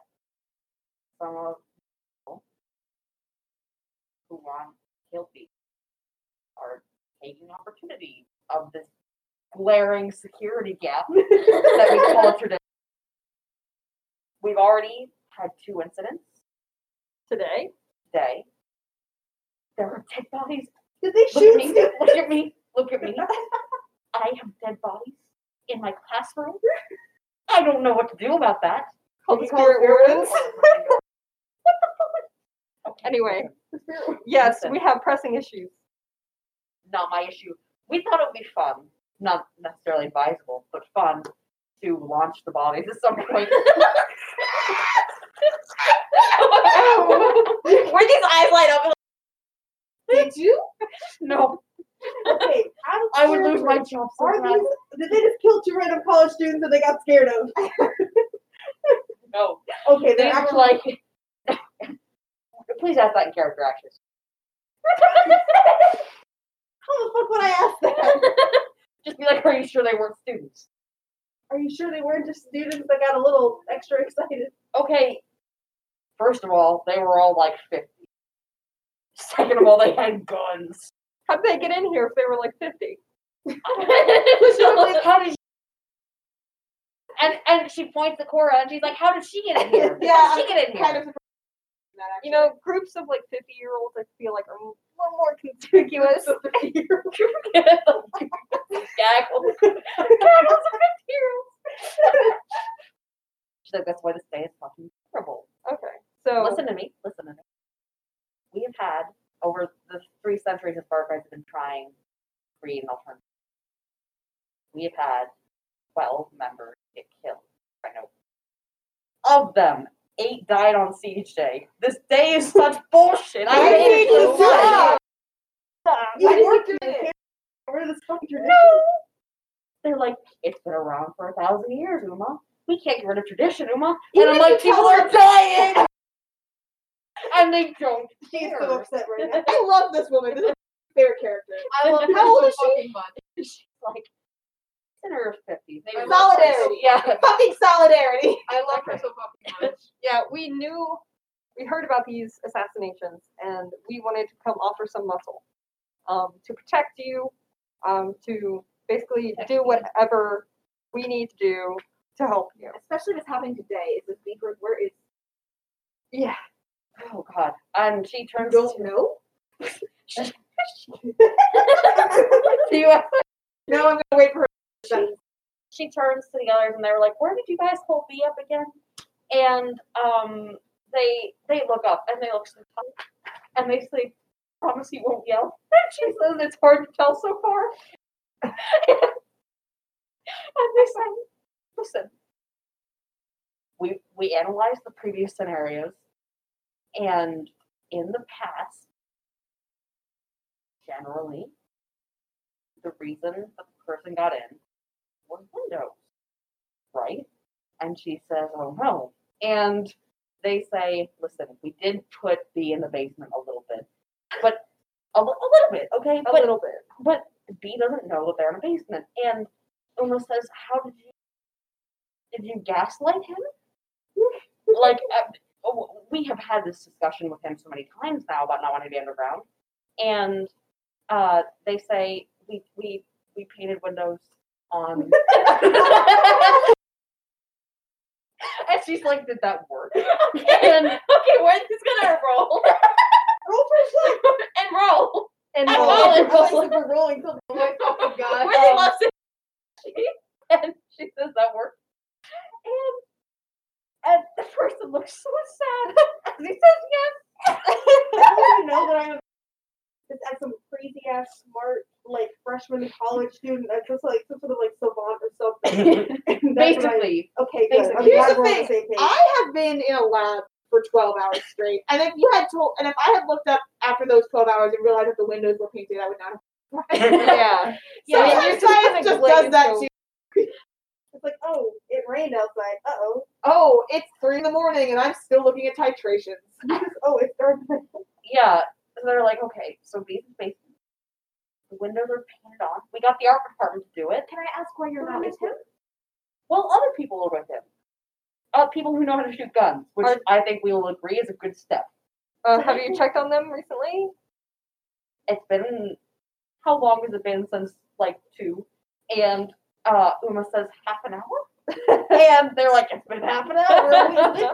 some of the people who want to kill people are taking opportunity of this glaring security gap that we cultured. We've already had two incidents
today.
today. There are dead bodies
Did they
Look at
shoot
me.
you?
Look at me. Look at me. I have dead bodies in my classroom. I don't know what to do about that. Oh
Called Spirit Wardens. Anyway, yes,
Listen.
we have pressing issues.
Not my issue. We thought it would be fun, not necessarily advisable, but fun to launch the bodies at some point.
Worthy's eyes light up. and
Did you?
no,
Okay. How
I would lose my job. so
Are
fast.
these? Did they just kill two random college students that they got scared of?
No,
Okay,
they
they're
were
actually
like. Please ask that in character actions.
How the fuck would I ask that?
Just be like, are you sure they weren't students?
Are you sure they weren't just students that got a little extra excited?
okay, first of all, they were all like 50. Second of all, they had guns.
How did they get in here if they were like 50?
like-
How did
And and she points at Cora and she's like, How did she get in here?
Yeah,
How did she get in here?
Kind of surprised at that,
You
actually.
know, groups of like 50 year olds, I feel like are a little more conspicuous.
Gaggles. Gaggles are materials. She's like, that's why this day is fucking terrible.
okay. So,
Listen to me. Listen to me. We have had over the three centuries of Far Cry have been trying to create an alternative. We have had twelve members get killed. I know. Of them, eight died on siege day. This day is such bullshit. I
I
hate
hate
it so
you
much.
too.
You
I
worked
didn't
in
do
it.
it. Where this fucking tradition?
They're like, it's been around for a thousand years, Uma. We can't get rid of tradition, Uma.
Even
and I'm
if
like,
you
people
tell
are
her-
dying, and they don't
She's
care.
so upset right now. I love this woman. This is a fair character.
I love
How old
so
is she?
fucking much.
She's like, in her fifties, maybe
I
not.
Solidarity.
Yeah,
Fucking solidarity.
I love her so fucking much.
yeah, we knew, we heard about these assassinations and we wanted to come offer some muscle um, to protect you, um, to basically
Protect
do
me.
whatever we need to do to help you.
Especially what's happening today is this secret where it's
Yeah.
Oh god. And she
you
turns
don't
to
know.
the US.
Now I'm gonna wait for her.
She turns to the others and they were like, Where did you guys hold me up again? And um they they look up and they look to the top and they say, Promise you won't yell. And she says it's hard to tell so far. and they say, Listen, we we analyzed the previous scenarios and in the past generally the reason that the person got in was windows, right? And she says, Oh no. And they say, Listen, we did put B in the basement a little bit, but a, li- a little bit, okay?
A
but,
little bit.
but B doesn't know that they're in a basement. And Una says, How did you did you gaslight him? like uh, oh, we have had this discussion with him so many times now about not wanting to be underground. And uh, they say we we we painted windows on And she's like, did that work? And
Okay, where's this gonna roll?
Roll for shit.
and roll.
And
I'm
roll.
rolling,
I
rolling.
like the rolling. till-
Oh my fucking god.
Where they
Um,
lost it?
and she says that worked. And and the person looks so sad. And he says yes.
How do you know that I'm just as some crazy ass smart like freshman college student that's just like some sort of like savant or something. And that's what I-
Basically,
Okay, good.
Basically.
I'm glad
Here's
we're
the
on the same page. I have been in a lab for 12 hours straight, and if you had told, and if I had looked up after those 12 hours and realized that the windows were painted, I would not have.
yeah.
Yeah,
I mean,
Sometimes
you're just
science
kinda
just
glazed
does that
over.
too. It's like, oh, it rained outside. Uh oh. Oh, it's three in the morning, and I'm still looking at titrations. oh, it's dark.
yeah. So they're like, okay, so these basement. The windows are painted on. We got the art department to do it.
Can I ask why you're
not with Well, other people are with him. Uh, people who know how to shoot guns, which
Are-
I think we will agree is a good step.
Uh, have you checked on them recently?
It's been how long has it been since like two? And uh, Uma says half an hour, and they're like, it's been half an hour.